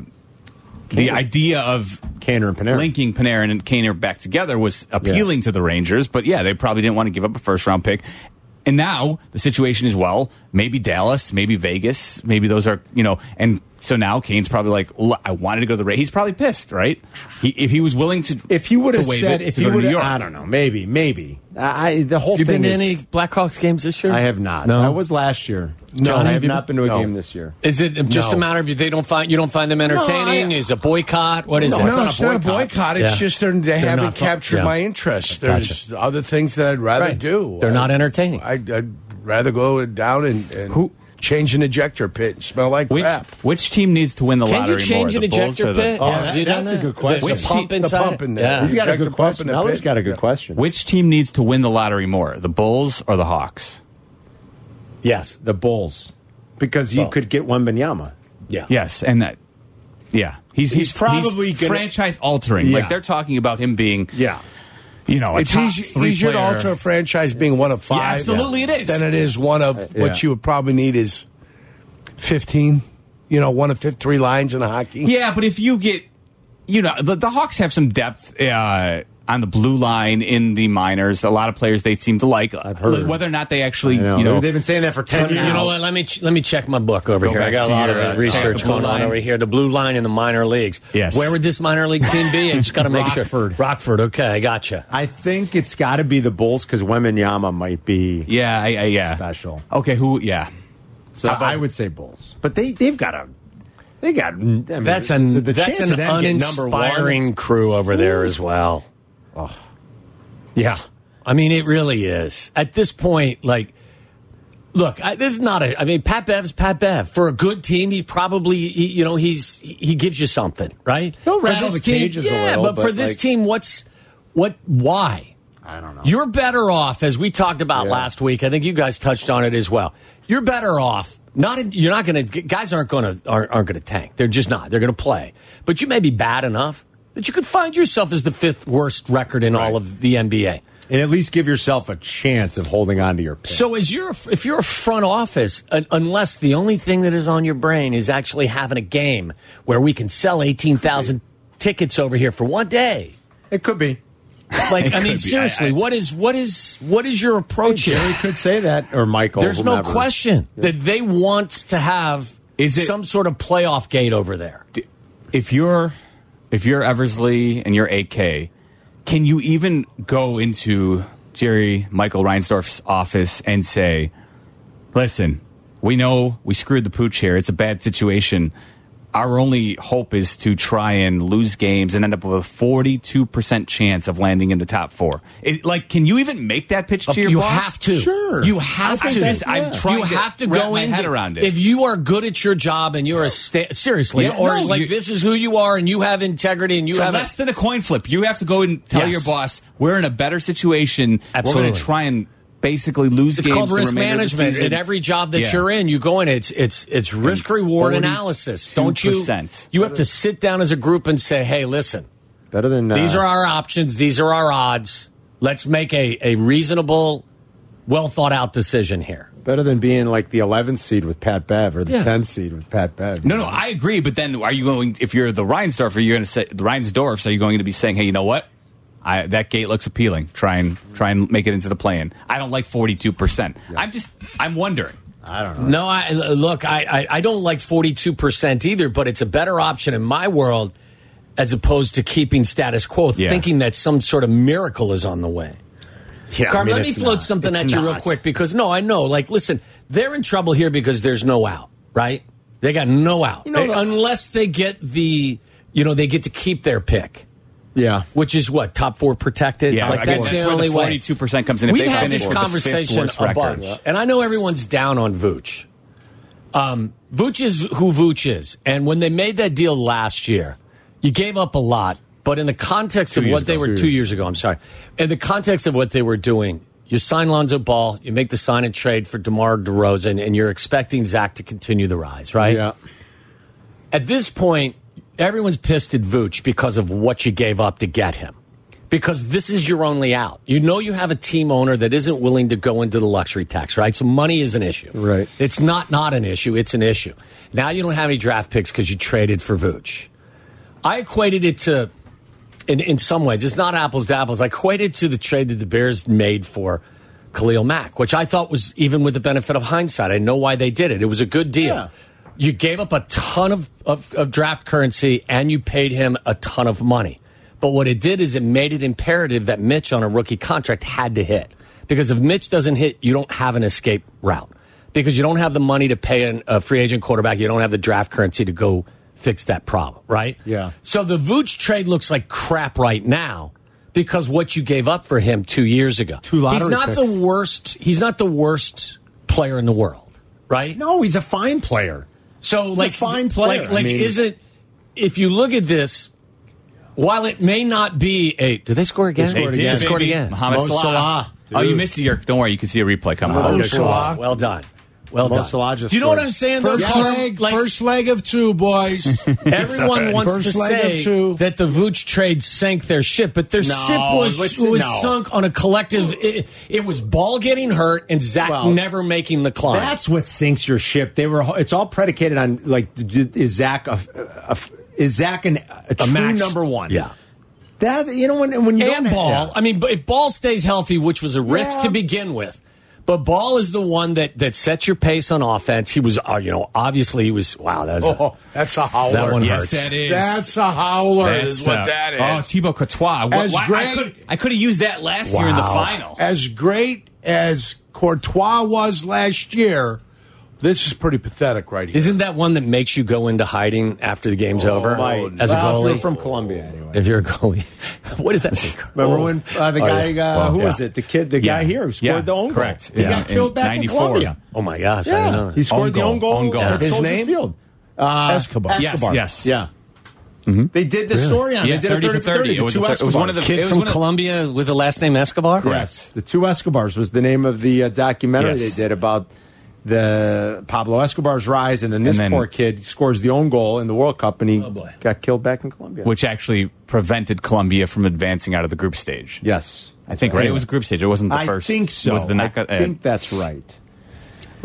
Speaker 6: the idea of
Speaker 7: Kaner and Panarin.
Speaker 6: linking Panarin and Kaner back together was appealing to the Rangers, but yeah, they probably didn't want to give up a first round pick. And now the situation is well, maybe Dallas, maybe Vegas, maybe those are you know. And so now Kane's probably like, "L- I wanted to go to the Ra-" He's probably pissed, right? He, if he was willing to,
Speaker 4: If he would have
Speaker 6: to waive
Speaker 4: said,
Speaker 6: it
Speaker 4: if
Speaker 6: to
Speaker 4: he
Speaker 6: go to
Speaker 4: would,
Speaker 6: New York,
Speaker 4: I don't know, maybe, maybe. I, I the whole
Speaker 1: Have you
Speaker 4: thing
Speaker 1: been to
Speaker 4: is,
Speaker 1: any Blackhawks games this year?
Speaker 7: I have not.
Speaker 1: No.
Speaker 7: I was last year.
Speaker 1: No.
Speaker 7: John, I
Speaker 1: Have
Speaker 7: have
Speaker 1: you
Speaker 7: not
Speaker 1: been-
Speaker 7: been to a
Speaker 1: No.
Speaker 7: game this year.
Speaker 1: Is it just
Speaker 7: No.
Speaker 1: a matter of you? They don't find you don't find them entertaining.
Speaker 4: I-
Speaker 1: is a boycott? What is
Speaker 5: No,
Speaker 1: it?
Speaker 5: no, it's not a boycott. It's
Speaker 1: Yeah.
Speaker 5: just they're, they
Speaker 1: They're
Speaker 5: haven't
Speaker 1: not fu-
Speaker 5: captured
Speaker 1: yeah.
Speaker 5: my interest. There's other things that I'd rather
Speaker 1: Right.
Speaker 5: do.
Speaker 1: They're
Speaker 5: I-
Speaker 1: not entertaining.
Speaker 5: I, I'd rather go down and, and
Speaker 6: Who-
Speaker 5: change an ejector pit and smell like
Speaker 6: which
Speaker 5: crap.
Speaker 6: which team needs to win the
Speaker 1: Can
Speaker 6: lottery
Speaker 1: you change an
Speaker 6: more, the Bulls
Speaker 1: ejector
Speaker 6: or the-
Speaker 1: pit?
Speaker 7: Oh, that's-
Speaker 1: You done
Speaker 7: that's
Speaker 1: that?
Speaker 7: a good question.
Speaker 1: The,
Speaker 7: Which
Speaker 1: the pump
Speaker 5: the
Speaker 1: inside.
Speaker 5: pump in there.
Speaker 1: Yeah.
Speaker 5: He's
Speaker 7: He's got a
Speaker 5: Ejector
Speaker 7: good
Speaker 5: pump
Speaker 7: question.
Speaker 5: in the
Speaker 7: Eller's
Speaker 5: pit.
Speaker 7: got a
Speaker 5: Yeah.
Speaker 7: good question.
Speaker 6: Which team needs to win the lottery more, the Bulls or the Hawks?
Speaker 1: Yes.
Speaker 7: The Bulls, because you
Speaker 1: Bulls.
Speaker 7: could get one Binyama.
Speaker 1: Yeah.
Speaker 6: Yes, and that. Yeah, he's
Speaker 4: He's probably gonna-
Speaker 6: franchise altering.
Speaker 7: Yeah.
Speaker 6: Like they're talking about him being,
Speaker 7: Yeah.
Speaker 6: you know, a
Speaker 5: It's
Speaker 6: top
Speaker 5: easier,
Speaker 6: three
Speaker 5: easier to
Speaker 6: player.
Speaker 5: alter a franchise being one of five.
Speaker 6: absolutely it is.
Speaker 5: Than it is one of what you would probably need is 15. You know, one of fif- three lines in hockey.
Speaker 6: Yeah, but if you get, you know, the, the Hawks have some depth uh, on the blue line in the minors. A lot of players they seem to like. I've
Speaker 7: heard.
Speaker 6: Whether or not they actually,
Speaker 7: I know.
Speaker 6: you know,
Speaker 7: They've been saying that for 10
Speaker 1: You
Speaker 7: years.
Speaker 1: know what? Let me ch- let me check my book over
Speaker 6: Go
Speaker 1: here. I
Speaker 6: back
Speaker 1: got a
Speaker 6: to
Speaker 1: lot
Speaker 6: your,
Speaker 1: of
Speaker 6: uh, check
Speaker 1: research
Speaker 6: the blue
Speaker 1: going on
Speaker 6: line.
Speaker 1: over here. The blue line in the minor leagues.
Speaker 6: Yes.
Speaker 1: Where would this minor league team be? I just got to make
Speaker 7: Rockford.
Speaker 1: sure. Rockford. Okay, I gotcha.
Speaker 7: I think it's got to be the Bulls because Weminyama might be.
Speaker 6: yeah, I, I- yeah,
Speaker 7: Special.
Speaker 6: Okay, who? Yeah,
Speaker 7: So
Speaker 6: How about-
Speaker 7: I would say Bulls, but they they've got a they got. I mean,
Speaker 1: That's an
Speaker 7: the, the
Speaker 1: that's
Speaker 7: chance
Speaker 1: an
Speaker 7: of them getting number one-
Speaker 1: uninspiring crew over there as well.
Speaker 7: Yeah,
Speaker 1: I mean, it really is. At this point, like, look, I, this is not a. I mean, Pat Bev's Pat Bev. For a good team, he probably, he, you know, he's he, he gives you something, right?
Speaker 7: He'll
Speaker 1: For
Speaker 7: rattle
Speaker 1: this
Speaker 7: the
Speaker 1: team-
Speaker 7: cages a
Speaker 1: yeah,
Speaker 7: little,
Speaker 1: but, for
Speaker 7: but,
Speaker 1: this
Speaker 7: like-
Speaker 1: team, what's what? Why?
Speaker 7: I don't know.
Speaker 1: You're better off, as we talked about last week. I think you guys touched on it as well. You're better off. Not in, you're not going to guys aren't going to aren't, aren't going to tank. They're just not. They're going to play. But you may be bad enough that you could find yourself as the fifth worst record in all of the NBA.
Speaker 7: and at least give yourself a chance of holding on to your. Pick.
Speaker 1: So, as you're if you're a front office, un- unless the only thing that is on your brain is actually having a game where we can sell eighteen thousand tickets over here for one day.
Speaker 7: it could be.
Speaker 1: Like, I
Speaker 6: could
Speaker 1: mean,
Speaker 6: be.
Speaker 1: seriously,
Speaker 6: I- I-
Speaker 1: what is what is what is your approach here?
Speaker 7: Jerry could say that, or Michael.
Speaker 1: There's no
Speaker 7: whomever.
Speaker 1: question that they want to have
Speaker 6: Is it-
Speaker 1: some sort of playoff gate over there.
Speaker 6: if you're if you're Eversley and you're AK, can you even go into Jerry Michael Reinsdorf's office and say, "Listen, we know we screwed the pooch here. It's a bad situation. Our only hope is to try and lose games and end up with a forty-two percent chance of landing in the top four. It, like, can you even make that pitch to your
Speaker 1: you
Speaker 6: boss?
Speaker 1: have to.
Speaker 7: Sure.
Speaker 1: You have
Speaker 6: I
Speaker 1: to.
Speaker 6: just- I'm trying
Speaker 1: you
Speaker 6: to
Speaker 1: have to
Speaker 6: wrap
Speaker 1: go
Speaker 6: my
Speaker 1: into,
Speaker 6: head around it.
Speaker 1: If you are good at your job and you're a sta- seriously,
Speaker 6: Yeah,
Speaker 1: or
Speaker 6: no,
Speaker 1: like
Speaker 6: you-
Speaker 1: this is who you are and you have integrity and you
Speaker 6: So
Speaker 1: have
Speaker 6: less than a coin flip. You have to go and tell
Speaker 1: Yes.
Speaker 6: your boss we're in a better situation. We're
Speaker 1: Absolutely.
Speaker 6: going to try and basically lose
Speaker 1: It's
Speaker 6: games.
Speaker 1: called
Speaker 6: the
Speaker 1: risk
Speaker 6: remainder of the
Speaker 1: management.
Speaker 6: season.
Speaker 1: In every job that
Speaker 6: Yeah.
Speaker 1: you're in, you go in. It's it's it's risk reward analysis. Don't you?
Speaker 6: 42%.
Speaker 1: You have to sit down as a group and say, "Hey, listen,
Speaker 7: Better than uh,
Speaker 1: These are our options. These are our odds. Let's make a, a reasonable, well thought out decision here.
Speaker 7: better than being like the 11th seed with Pat Bev or the
Speaker 1: Yeah.
Speaker 7: 10th seed with Pat Bev.
Speaker 6: No, no, I agree. But then, are you going? If you're the Reinsdorf, are you going to say the Reinsdorfs? Are you going to be saying, "Hey, you know what? I, that gate looks appealing. Try and try and make it into the play-in. I don't like 42. percent I'm just, I'm wondering.
Speaker 7: I don't know.
Speaker 1: No, I look, I, I, I don't like 42% either, but it's a better option in my world as opposed to keeping status quo,
Speaker 6: Yeah.
Speaker 1: thinking that some sort of miracle is on the way.
Speaker 7: Yeah, I
Speaker 1: Carm,
Speaker 7: mean,
Speaker 1: let me
Speaker 7: it's
Speaker 1: float
Speaker 7: not.
Speaker 1: something
Speaker 7: It's
Speaker 1: at you real
Speaker 7: not.
Speaker 1: quick because no, I know. Like, listen, they're in trouble here because there's no out, right? They got no out
Speaker 7: know
Speaker 1: They-
Speaker 7: the-
Speaker 1: unless they get the, you know, they get to keep their pick,
Speaker 7: Yeah.
Speaker 1: which is what top four protected.
Speaker 6: Yeah,
Speaker 1: like
Speaker 6: I mean,
Speaker 1: that's,
Speaker 6: that's
Speaker 1: the
Speaker 6: where the
Speaker 1: only way.
Speaker 6: 42% comes in if
Speaker 1: We've
Speaker 6: they
Speaker 1: had
Speaker 6: finish
Speaker 1: this
Speaker 6: with the fifth
Speaker 1: conversation
Speaker 6: worst
Speaker 1: a
Speaker 6: record.
Speaker 1: bunch, and I know everyone's down on Vooch. Um, Vooch is who Vooch is, and when they made that deal last year, you gave up a lot. But in the context of
Speaker 7: years
Speaker 1: what they
Speaker 7: ago.
Speaker 1: were
Speaker 7: Two
Speaker 1: two years ago, I'm sorry, in the context of what they were doing, you sign Lonzo Ball, you make the sign and trade for DeMar DeRozan, and you're expecting Zach to continue the rise, right?
Speaker 7: Yeah.
Speaker 1: at this point, everyone's pissed at Vooch because of what you gave up to get him. Because this is your only out. You know you have a team owner that isn't willing to go into the luxury tax, right? So money is an issue.
Speaker 7: Right.
Speaker 1: It's not not an issue. It's an issue. Now you don't have any draft picks because you traded for Vooch. I equated it to, in, in some ways, it's not apples to apples. I equated it to the trade that the Bears made for Khalil Mack, which I thought was, even with the benefit of hindsight, I know why they did it. It was a good deal. You gave up a ton of, of, of draft currency and you paid him a ton of money. But what it did is it made it imperative that Mitch on a rookie contract had to hit. Because if Mitch doesn't hit, you don't have an escape route. Because you don't have the money to pay an, a free agent quarterback, you don't have the draft currency to go fix that problem, right?
Speaker 7: Yeah.
Speaker 1: So the Vooch trade looks like crap right now because what you gave up for him two years ago.
Speaker 4: Two lottery
Speaker 1: He's not
Speaker 4: picks.
Speaker 1: the worst. He's not the worst player in the world, right?
Speaker 4: No, he's a fine player.
Speaker 1: So like
Speaker 4: fine player.
Speaker 1: Like,
Speaker 4: I
Speaker 1: like
Speaker 4: mean-
Speaker 1: isn't if you look at this, while it may not be a did they score again?
Speaker 7: scored again.
Speaker 1: They scored
Speaker 6: Baby,
Speaker 1: again.
Speaker 6: Mohamed
Speaker 7: Mo
Speaker 6: Salah.
Speaker 7: Salah,
Speaker 6: Oh, you
Speaker 7: dude.
Speaker 6: missed it, Yerk. Don't worry. You can see a replay coming
Speaker 1: Oh,
Speaker 6: Oh, up.
Speaker 5: Mo
Speaker 7: Okay, cool.
Speaker 5: Salah.
Speaker 1: Well done. Well
Speaker 7: Mo
Speaker 1: done.
Speaker 7: Salah just
Speaker 1: Do you know what
Speaker 7: scored.
Speaker 1: I'm saying? though,
Speaker 5: First
Speaker 1: Carl?
Speaker 5: leg,
Speaker 1: Like,
Speaker 5: first leg of two, boys.
Speaker 1: Everyone wants
Speaker 5: First
Speaker 1: to
Speaker 5: leg of
Speaker 1: say
Speaker 5: two.
Speaker 1: that the Vooch trade sank their ship, but their ship was
Speaker 7: listen,
Speaker 1: was
Speaker 7: no.
Speaker 1: sunk on a collective. It, it was Ball getting hurt and Zach
Speaker 7: Well,
Speaker 1: never making the climb.
Speaker 4: That's what sinks your ship. They were. It's all predicated on like, d- d- is Zach a, a- is Zach an, a, true
Speaker 1: max.
Speaker 4: number one?
Speaker 1: Yeah.
Speaker 4: That you know when when you
Speaker 1: and
Speaker 4: don't
Speaker 1: Ball.
Speaker 4: Yeah.
Speaker 1: I mean, but if Ball stays healthy, which was a risk
Speaker 4: Yeah.
Speaker 1: to begin with, but Ball is the one that that sets your pace on offense. He was, uh, you know, obviously he was. Wow, that was a-
Speaker 5: oh, that's a howler.
Speaker 1: that one hurts.
Speaker 6: Yes, that is.
Speaker 5: That's a howler. is what
Speaker 6: uh,
Speaker 5: that is.
Speaker 6: Oh, Thibaut Courtois. What,
Speaker 5: As
Speaker 6: why-
Speaker 5: great-
Speaker 6: I could I could have used that last year in the
Speaker 1: Wow.
Speaker 6: final.
Speaker 5: as great as Courtois was last year, this is pretty pathetic right here.
Speaker 1: Isn't that one that makes you go into hiding after the game's over
Speaker 7: Right.
Speaker 1: as a
Speaker 7: Well, if
Speaker 1: goalie?
Speaker 7: you're from Colombia, anyway.
Speaker 1: if you're a goalie, what does that mean?
Speaker 4: Remember when uh, the
Speaker 1: Oh,
Speaker 4: guy,
Speaker 1: yeah.
Speaker 4: uh,
Speaker 1: Well,
Speaker 4: who
Speaker 1: yeah.
Speaker 4: was it? The kid, the guy
Speaker 6: Yeah.
Speaker 4: here who scored
Speaker 6: Yeah,
Speaker 4: the own
Speaker 6: correct.
Speaker 4: goal. He
Speaker 6: Yeah.
Speaker 4: got
Speaker 6: In
Speaker 4: killed back in
Speaker 6: 94.
Speaker 4: Colombia.
Speaker 1: Oh my gosh! I didn't know
Speaker 4: Yeah,
Speaker 1: that.
Speaker 4: he scored the
Speaker 6: goal,
Speaker 4: own goal.
Speaker 6: own goal.
Speaker 4: At
Speaker 6: His
Speaker 4: Soldier
Speaker 5: name? Uh,
Speaker 4: Field.
Speaker 5: Escobar.
Speaker 6: Yes,
Speaker 4: Escobar.
Speaker 6: yes.
Speaker 4: Yeah. They did the story on it.
Speaker 6: Yeah,
Speaker 4: They did
Speaker 6: 30
Speaker 4: a
Speaker 6: for
Speaker 4: 30 for 30.
Speaker 6: 30. It was
Speaker 4: The two
Speaker 6: a thir- it was one of
Speaker 4: Escobars.
Speaker 6: the
Speaker 1: kid
Speaker 6: It was
Speaker 1: from
Speaker 6: one of-
Speaker 1: Colombia with the last name Escobar.
Speaker 4: Yes. The two Escobars was the name of the uh, documentary
Speaker 6: Yes.
Speaker 4: they did about the Pablo Escobar's rise, and then this
Speaker 6: And then-
Speaker 4: poor kid scores the own goal in the World Cup, and he
Speaker 1: Oh, boy.
Speaker 4: got killed back in Colombia.
Speaker 6: Which actually prevented Colombia from advancing out of the group stage.
Speaker 4: yes,
Speaker 6: I think, right? It was a group stage. It wasn't the
Speaker 4: I
Speaker 6: first.
Speaker 4: think so.
Speaker 6: Was the knock-
Speaker 4: I
Speaker 6: uh,
Speaker 4: think that's right.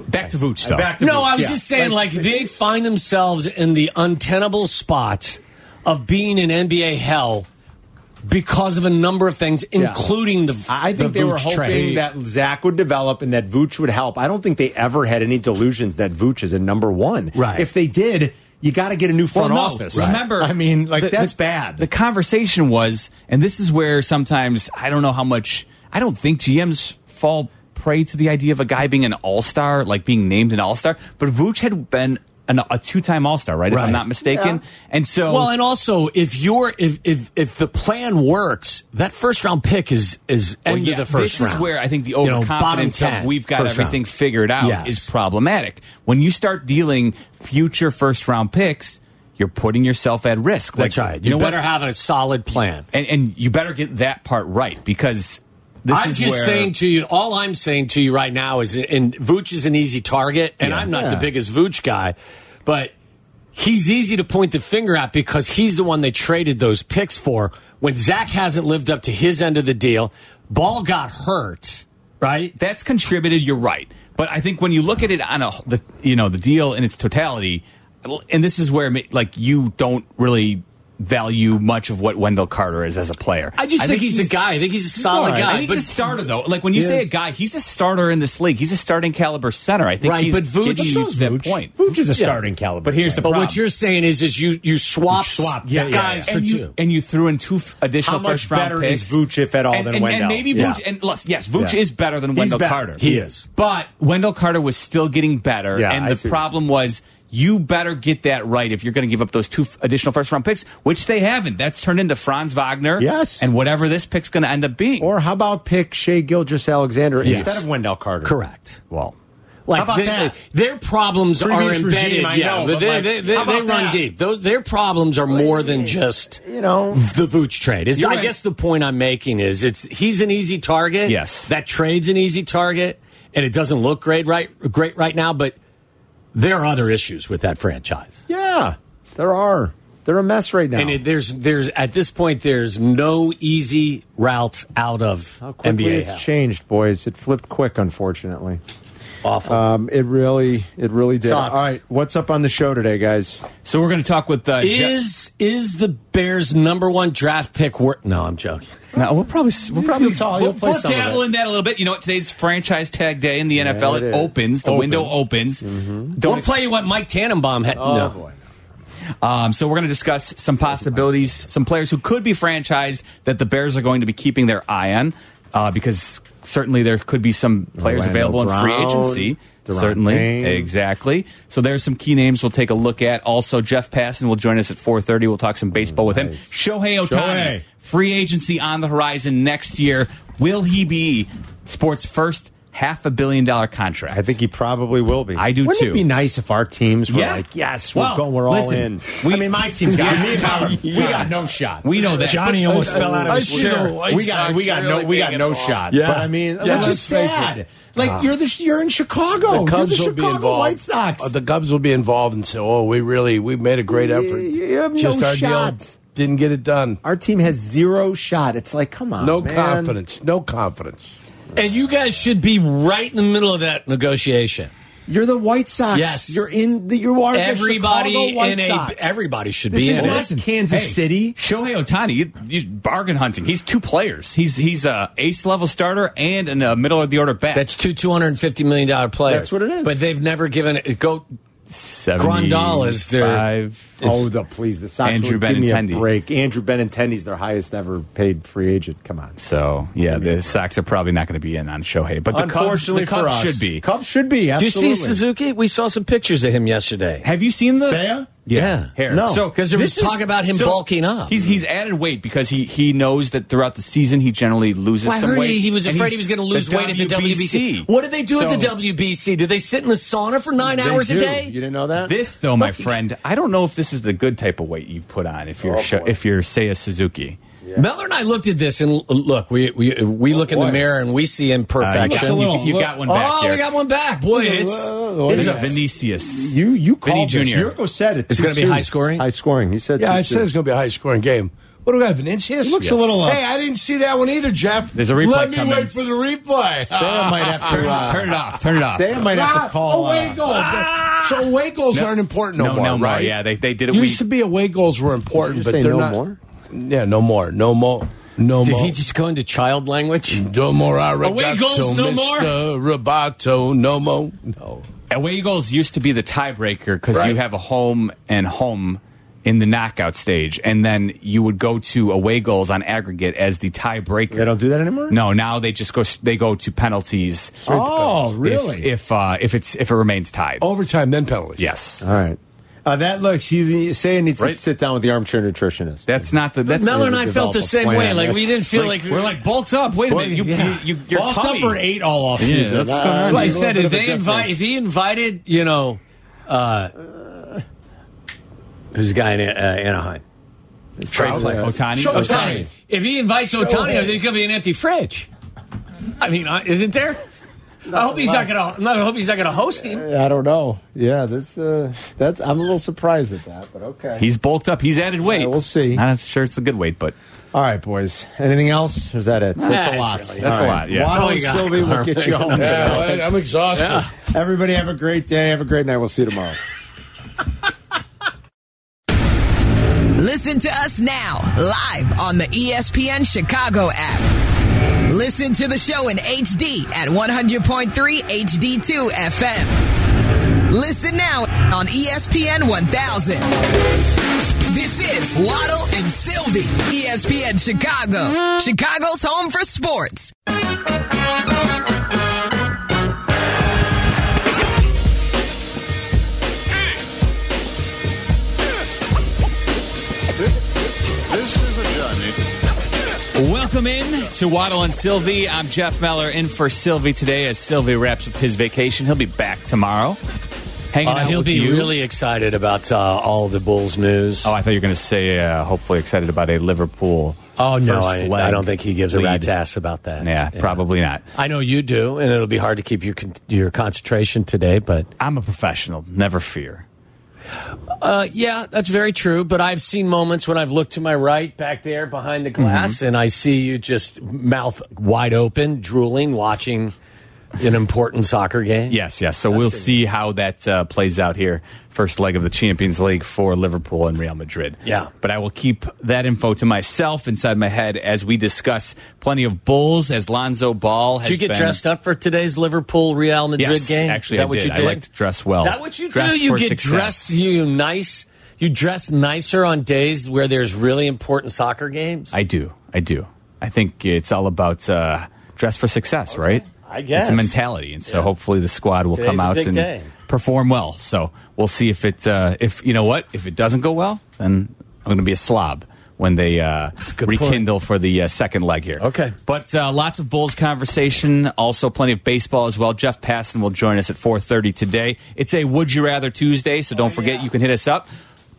Speaker 6: back to Vooch, though.
Speaker 4: Back to
Speaker 1: No,
Speaker 4: Vooch,
Speaker 1: I was
Speaker 4: yeah.
Speaker 1: just saying, like, they find themselves in the untenable spot of being in NBA hell because of a number of things, including the.
Speaker 4: I
Speaker 1: the
Speaker 4: think they were
Speaker 1: Vooch
Speaker 4: hoping
Speaker 1: trade.
Speaker 4: that Zach would develop and that Vooch would help. I don't think they ever had any delusions that Vooch is a number one.
Speaker 1: Right.
Speaker 4: If they did, you got to get a new front
Speaker 6: no,
Speaker 4: office.
Speaker 6: remember-
Speaker 4: I mean, like
Speaker 6: The-
Speaker 4: that's
Speaker 6: the-
Speaker 4: bad.
Speaker 6: The conversation was, and this is where sometimes I don't know how much I don't think GMs fall prey to the idea of a guy being an all star, like being named an all star. But Vooch had been an, a two time all star, right? If
Speaker 1: Right.
Speaker 6: I'm not mistaken. And
Speaker 4: um,
Speaker 6: so,
Speaker 1: Well, and also, if you're if if if the plan works, that first round pick is is
Speaker 6: Well,
Speaker 1: end
Speaker 6: yeah,
Speaker 1: of the first
Speaker 6: this
Speaker 1: round.
Speaker 6: is where I think the
Speaker 1: You know, bottom
Speaker 6: overconfidence
Speaker 1: 10,
Speaker 6: of we've got
Speaker 1: first round.
Speaker 6: everything figured out
Speaker 1: Yes.
Speaker 6: is problematic. When you start dealing future first round picks, you're putting yourself at risk.
Speaker 1: That's
Speaker 6: Like,
Speaker 1: right. You,
Speaker 6: know
Speaker 1: better
Speaker 6: what?
Speaker 1: have a solid plan.
Speaker 6: and, and you better get that part right because this
Speaker 1: I'm
Speaker 6: is
Speaker 1: just
Speaker 6: where
Speaker 1: saying to you, all I'm saying to you right now is, and Vooch is an easy target, and I'm not the biggest Vooch guy, but he's easy to point the finger at because he's the one they traded those picks for when Zach hasn't lived up to his end of the deal. Ball got hurt, right?
Speaker 6: that's contributed. You're right, but I think when you look at it on a the you know the deal in its totality, and this is where ma- like you don't really value much of what Wendell Carter is as a player.
Speaker 1: I just think, he's, a guy. I think he's a solid
Speaker 6: Right.
Speaker 1: guy.
Speaker 6: I think he's a starter, though. Like when you say a guy, he's a starter in this league. He's a starting caliber center. I think
Speaker 1: Right,
Speaker 6: he's
Speaker 1: but Vooch-
Speaker 6: getting you
Speaker 1: But
Speaker 6: to
Speaker 1: so's
Speaker 6: that
Speaker 1: Vooch.
Speaker 6: point.
Speaker 4: Vooch is a
Speaker 1: Yeah.
Speaker 4: starting caliber.
Speaker 6: But here's the
Speaker 1: But
Speaker 6: problem.
Speaker 1: what you're saying is, is you you swap
Speaker 4: Swap,
Speaker 1: guys
Speaker 4: yeah, yeah, yeah.
Speaker 1: for
Speaker 6: and you,
Speaker 1: two.
Speaker 6: and you threw in two f- additional
Speaker 4: How much
Speaker 6: first round
Speaker 4: better
Speaker 6: picks.
Speaker 4: is Vooch, if at all,
Speaker 6: and,
Speaker 4: than
Speaker 6: and,
Speaker 4: Wendell?
Speaker 6: And maybe
Speaker 4: Yeah.
Speaker 6: Vooch and less, yes, Vooch
Speaker 4: Yeah.
Speaker 6: is better than
Speaker 4: He's
Speaker 6: Wendell
Speaker 4: better.
Speaker 6: Carter.
Speaker 4: He is.
Speaker 6: But Wendell Carter was still getting better,
Speaker 4: Yeah,
Speaker 6: and
Speaker 4: I see what
Speaker 6: the
Speaker 4: you're
Speaker 6: problem was. You better get that right if you're going to give up those two f- additional first round picks, which they haven't. That's turned into Franz Wagner,
Speaker 4: Yes.
Speaker 6: and whatever this pick's going to end up being.
Speaker 4: Or how about pick Shea Gilgis Alexander
Speaker 1: Yes.
Speaker 4: instead of Wendell Carter?
Speaker 1: Correct. Well, like
Speaker 4: How about
Speaker 1: they-
Speaker 4: that?
Speaker 1: Their problems are
Speaker 4: Previous
Speaker 1: embedded.
Speaker 4: regime, I
Speaker 1: yeah,
Speaker 4: know,
Speaker 1: but
Speaker 4: but
Speaker 1: they,
Speaker 4: like,
Speaker 1: they, they,
Speaker 4: how
Speaker 1: they
Speaker 4: about
Speaker 1: run
Speaker 4: that?
Speaker 1: deep. Those, their problems are more than just
Speaker 4: You know.
Speaker 1: the Vooch trade. Is
Speaker 6: You're
Speaker 1: I
Speaker 6: right.
Speaker 1: guess the point I'm making is it's he's an easy target.
Speaker 6: Yes.
Speaker 1: that trade's an easy target, and it doesn't look great right great right now. But there are other issues with that franchise,
Speaker 4: Yeah, there are. They're a mess right now.
Speaker 1: and it, there's there's at this point there's no easy route out of
Speaker 4: how quickly
Speaker 1: NBA.
Speaker 4: it's
Speaker 1: hell.
Speaker 4: changed, boys. It flipped quick, unfortunately.
Speaker 1: Awful.
Speaker 4: Um, it really, it really did.
Speaker 1: Sucks.
Speaker 4: All right, what's up on the show today, guys?
Speaker 6: so we're going to talk with uh, Je-
Speaker 1: is is the Bears' number one draft pick worth? No, I'm joking.
Speaker 6: No, we'll probably we'll probably
Speaker 4: You'll tell-
Speaker 6: we'll,
Speaker 4: you'll play
Speaker 6: we'll
Speaker 4: some of
Speaker 6: dabble
Speaker 4: it.
Speaker 6: in that a little bit. You know, what? today's franchise tag day in the NFL.
Speaker 4: it
Speaker 6: It,
Speaker 4: is.
Speaker 6: opens. The
Speaker 4: Opens. Mm-hmm.
Speaker 6: window opens. Don't
Speaker 1: We'll play what Mike Tannenbaum had.
Speaker 4: Oh,
Speaker 1: no.
Speaker 6: Um, so we're going to discuss some possibilities, some players who could be franchised that the Bears are going to be keeping their eye on, uh, because certainly there could be some players
Speaker 4: Orlando
Speaker 6: available in free
Speaker 4: Brown,
Speaker 6: agency.
Speaker 4: Deron
Speaker 6: certainly,
Speaker 4: Payne.
Speaker 6: exactly. So there's some key names we'll take a look at. Also, Jeff Passan will join us at 4:30. We'll talk some baseball with him. Shohei Otani,
Speaker 4: Shohei.
Speaker 6: free agency on the horizon next year. Will he be sports first half a billion dollar contract?
Speaker 4: I think he probably will be.
Speaker 6: I do
Speaker 4: Wouldn't
Speaker 6: too.
Speaker 4: it be nice if our teams were
Speaker 6: Yeah.
Speaker 4: like, yes, we're
Speaker 6: Well,
Speaker 4: going, we're all
Speaker 6: listen,
Speaker 4: in.
Speaker 6: we-
Speaker 4: I mean, my team's got
Speaker 6: Yeah.
Speaker 4: me and Howard, We
Speaker 6: Yeah.
Speaker 4: got no shot.
Speaker 6: we know that
Speaker 1: Johnny almost fell out of his
Speaker 4: Sure.
Speaker 1: chair.
Speaker 4: we got we got no we got no shot. Yeah. But I mean,
Speaker 5: Yeah.
Speaker 4: which is
Speaker 5: Let's face
Speaker 4: sad. Like you're the you're in Chicago.
Speaker 5: the
Speaker 4: you're
Speaker 5: Cubs
Speaker 4: the
Speaker 5: will be
Speaker 4: Chicago
Speaker 5: involved.
Speaker 4: White Sox.
Speaker 5: Uh, the Cubs will be involved and say, "Oh, we really we made a great effort.
Speaker 4: You- you have no
Speaker 5: Just our
Speaker 4: shot.
Speaker 5: deal didn't get it done.
Speaker 4: Our team has zero shot. It's like, come on,
Speaker 5: No
Speaker 4: man.
Speaker 5: confidence. No confidence.
Speaker 1: And you guys should be right in the middle of that negotiation.
Speaker 4: You're the White Sox.
Speaker 1: Yes.
Speaker 4: you're in. The, you are the
Speaker 1: Everybody
Speaker 4: Chicago White
Speaker 1: in a
Speaker 4: Sox.
Speaker 1: everybody should
Speaker 4: This
Speaker 1: be
Speaker 4: is
Speaker 1: in
Speaker 4: not
Speaker 1: it.
Speaker 6: Listen,
Speaker 4: Kansas
Speaker 6: hey,
Speaker 4: City.
Speaker 6: Shohei Otani, you, you bargain hunting. He's two players. He's he's a ace level starter and in the middle of the order back.
Speaker 1: That's two two hundred and fifty million dollar players.
Speaker 4: That's what it is.
Speaker 1: But they've never given it. Go Grandal is their-
Speaker 6: Five.
Speaker 4: Oh, the please, the Sox.
Speaker 6: Andrew
Speaker 4: would give me a
Speaker 6: Benintendi.
Speaker 4: break. Andrew Benintendi's their highest ever paid free agent. Come on.
Speaker 6: So yeah, the Sox are probably not going to be in on Shohei, but the Cubs, the
Speaker 4: Unfortunately
Speaker 6: Cubs
Speaker 4: for us,
Speaker 6: should be.
Speaker 4: Cubs should be.
Speaker 1: Do you
Speaker 4: Absolutely.
Speaker 1: see Suzuki? We saw some pictures of him yesterday.
Speaker 6: Have you seen the
Speaker 4: Saya?
Speaker 1: Yeah.
Speaker 6: hair?
Speaker 4: No.
Speaker 6: so
Speaker 1: 'Cause there was
Speaker 6: this is-
Speaker 1: talk about him bulking up.
Speaker 6: He's he's added weight because he he knows that throughout the season he generally loses
Speaker 1: Well, I
Speaker 6: some
Speaker 1: heard
Speaker 6: weight.
Speaker 1: he, he was
Speaker 6: and
Speaker 1: afraid
Speaker 6: he's-
Speaker 1: he was going to lose weight at the WBC.
Speaker 6: WBC.
Speaker 1: What do they do
Speaker 6: So-
Speaker 1: at the WBC? Do they sit in the sauna for nine
Speaker 4: They
Speaker 1: hours
Speaker 4: do.
Speaker 1: a day?
Speaker 4: You didn't know that?
Speaker 6: This though, my friend, I don't know if this is the good type of weight you put on if
Speaker 4: Oh,
Speaker 6: you're Sho- if you're Seiya Suzuki.
Speaker 1: Miller and I looked at this, and l- look, we we,
Speaker 6: Oh,
Speaker 1: we look in the
Speaker 4: boy.
Speaker 1: mirror and we see
Speaker 6: Uh, you,
Speaker 1: imperfection.
Speaker 6: got- you-
Speaker 4: Look,
Speaker 6: you
Speaker 4: look.
Speaker 6: got one back
Speaker 1: oh,
Speaker 6: there.
Speaker 1: we got one back, boy! It's
Speaker 4: Whoa,
Speaker 1: it's
Speaker 6: Vin-
Speaker 1: a
Speaker 4: yeah.
Speaker 6: Vinicius.
Speaker 4: You you
Speaker 6: Vinny
Speaker 4: called this.
Speaker 6: Jr..
Speaker 4: Yurko said it.
Speaker 1: It's gonna be
Speaker 4: 2-2.
Speaker 1: high scoring?
Speaker 4: High scoring. He said.
Speaker 5: Yeah, I
Speaker 4: 2-2.
Speaker 5: said it's going to be a high scoring game. What do we have, Vinicius? It
Speaker 4: looks a little, uh,
Speaker 5: hey, I didn't see that one either, Jeff.
Speaker 6: There's a replay
Speaker 5: Let me
Speaker 6: coming.
Speaker 5: wait for the replay.
Speaker 4: Sam might have
Speaker 6: Turn,
Speaker 4: to. uh,
Speaker 6: turn it off. Turn it off.
Speaker 4: Sam might have to call.
Speaker 5: away
Speaker 4: uh,
Speaker 5: goal. so away goals aren't important no,
Speaker 6: no,
Speaker 5: more,
Speaker 6: no more.
Speaker 5: right?
Speaker 6: Yeah, they- they did it.
Speaker 5: Used
Speaker 6: We-
Speaker 5: to be away goals were important,
Speaker 4: You're
Speaker 5: but
Speaker 4: saying
Speaker 5: they're
Speaker 4: no
Speaker 5: not
Speaker 4: more?
Speaker 5: Yeah, no more, no more, no
Speaker 1: Did
Speaker 5: more.
Speaker 1: he just go into child language?
Speaker 6: Mm.
Speaker 5: no more arigato,
Speaker 1: Away goals, no more?
Speaker 5: Mr. Roboto, no more. No.
Speaker 6: Away goals used to be the tiebreaker because
Speaker 5: Right.
Speaker 6: you have a home and home in the knockout stage, and then you would go to away goals on aggregate as the tiebreaker.
Speaker 4: They don't do that anymore.
Speaker 6: No, now they just go. They go to penalties.
Speaker 4: Oh,
Speaker 6: if-
Speaker 4: really?
Speaker 6: If uh, if it's if it remains tied.
Speaker 5: Overtime, then penalties.
Speaker 6: yes.
Speaker 4: All right. Uh, that looks. He Sam needs to
Speaker 6: Right.
Speaker 4: sit down with the armchair nutritionist.
Speaker 6: That's not the. That's
Speaker 1: Miller and I felt
Speaker 4: develop
Speaker 1: the
Speaker 4: a
Speaker 1: same
Speaker 4: plan.
Speaker 1: way. Like we
Speaker 4: That's-
Speaker 1: didn't feel like,
Speaker 6: we're like bolts up. Wait a
Speaker 1: Well,
Speaker 6: minute. You,
Speaker 1: yeah.
Speaker 6: you, you, your
Speaker 4: Balled
Speaker 6: tummy.
Speaker 4: up or eight all off
Speaker 6: Yeah,
Speaker 4: season.
Speaker 6: that's going on.
Speaker 1: That's why I
Speaker 6: There's
Speaker 1: said
Speaker 4: A little
Speaker 1: if
Speaker 4: bit of
Speaker 1: they
Speaker 4: a
Speaker 1: invite, if
Speaker 4: difference.
Speaker 1: he invited, you know,
Speaker 6: Uh,
Speaker 1: uh, who's the guy in uh, Anaheim? Trade
Speaker 6: Trout,
Speaker 1: player.
Speaker 6: Otani.
Speaker 5: Show
Speaker 6: Otani.
Speaker 5: Otani.
Speaker 1: If he invites Otani, I think it could be an empty fridge. I mean, uh, isn't there? I hope he's not gonna. No, I hope he's not gonna host him.
Speaker 4: I don't know. Yeah, that's uh, that's. I'm a little surprised at that, but okay.
Speaker 6: He's bulked up. He's added weight.
Speaker 4: Yeah, we'll see.
Speaker 6: Not sure it's a good weight, but
Speaker 4: All right, boys. Anything else? Or is that it? That's a
Speaker 1: it's
Speaker 4: lot.
Speaker 1: really-
Speaker 6: that's
Speaker 4: All
Speaker 6: a
Speaker 4: right.
Speaker 6: lot, yeah.
Speaker 4: Waddle
Speaker 1: Oh,
Speaker 4: and
Speaker 1: yeah.
Speaker 4: Sylvie will get you home.
Speaker 5: Yeah, well, I'm exhausted.
Speaker 4: Everybody have a great day. Have a great night. We'll see you tomorrow.
Speaker 3: Listen to us now, live on the E ESPN Chicago app. Listen to the show in HD at 100.3 HD2 FM. Listen now on E ESPN 1000. This is Waddle and Sylvie, E ESPN Chicago, Chicago's home for sports.
Speaker 8: This is a journey.
Speaker 6: Welcome in to Waddle and Sylvie. I'm Jeff Meller in for Sylvie today as Sylvie wraps up his vacation. He'll be back tomorrow. Hanging
Speaker 1: Uh,
Speaker 6: out
Speaker 1: he'll
Speaker 6: with
Speaker 1: be
Speaker 6: you.
Speaker 1: really excited about uh, all the Bulls news.
Speaker 6: Oh, I thought you were going to say uh, hopefully excited about a Liverpool.
Speaker 1: Oh, no,
Speaker 6: first
Speaker 1: I,
Speaker 6: leg
Speaker 1: I don't think he gives a
Speaker 6: lead.
Speaker 1: rat's ass about that.
Speaker 6: Yeah, probably not.
Speaker 1: I know you do, and it'll be hard to keep your con- your concentration today. But
Speaker 6: I'm a professional. Never fear.
Speaker 1: uh, yeah, that's very true. But I've seen moments when I've looked to my right, back there behind the glass,
Speaker 6: Mm-hmm.
Speaker 1: and I see you just mouth wide open, drooling, watching an important soccer game.
Speaker 6: Yes, yes. So we'll see how that uh, plays out here. First leg of the Champions League for Liverpool and Real Madrid.
Speaker 1: Yeah.
Speaker 6: But I will keep that info to myself inside my head as we discuss plenty of Bulls as Lonzo Ball has
Speaker 1: Did you get
Speaker 6: been-
Speaker 1: dressed up for today's Liverpool Real Madrid
Speaker 6: Yes,
Speaker 1: game?
Speaker 6: actually,
Speaker 1: Is that
Speaker 6: I
Speaker 1: what
Speaker 6: did.
Speaker 1: you
Speaker 6: I
Speaker 1: did?
Speaker 6: like to dress well.
Speaker 1: Is that what you
Speaker 6: Dress
Speaker 1: do? You
Speaker 6: for
Speaker 1: get
Speaker 6: success.
Speaker 1: dressed. You nice. You dress nicer on days where there's really important soccer games.
Speaker 6: I do. I do. I think it's all about uh, dress for success, right?
Speaker 1: I guess.
Speaker 6: it's a mentality, and so
Speaker 1: Yeah.
Speaker 6: hopefully the squad will
Speaker 1: Today's
Speaker 6: come
Speaker 1: a
Speaker 6: out
Speaker 1: big
Speaker 6: and
Speaker 1: day.
Speaker 6: perform well. So we'll see if it uh, if you know what if it doesn't go well, then I'm going to be a slob when they uh,
Speaker 1: good point.
Speaker 6: rekindle for the uh, second leg here.
Speaker 1: Okay.
Speaker 6: but uh, lots of Bulls conversation, also plenty of baseball as well. Jeff Passon will join us at 4:30 today. It's a Would You Rather Tuesday, so don't forget you can hit us up.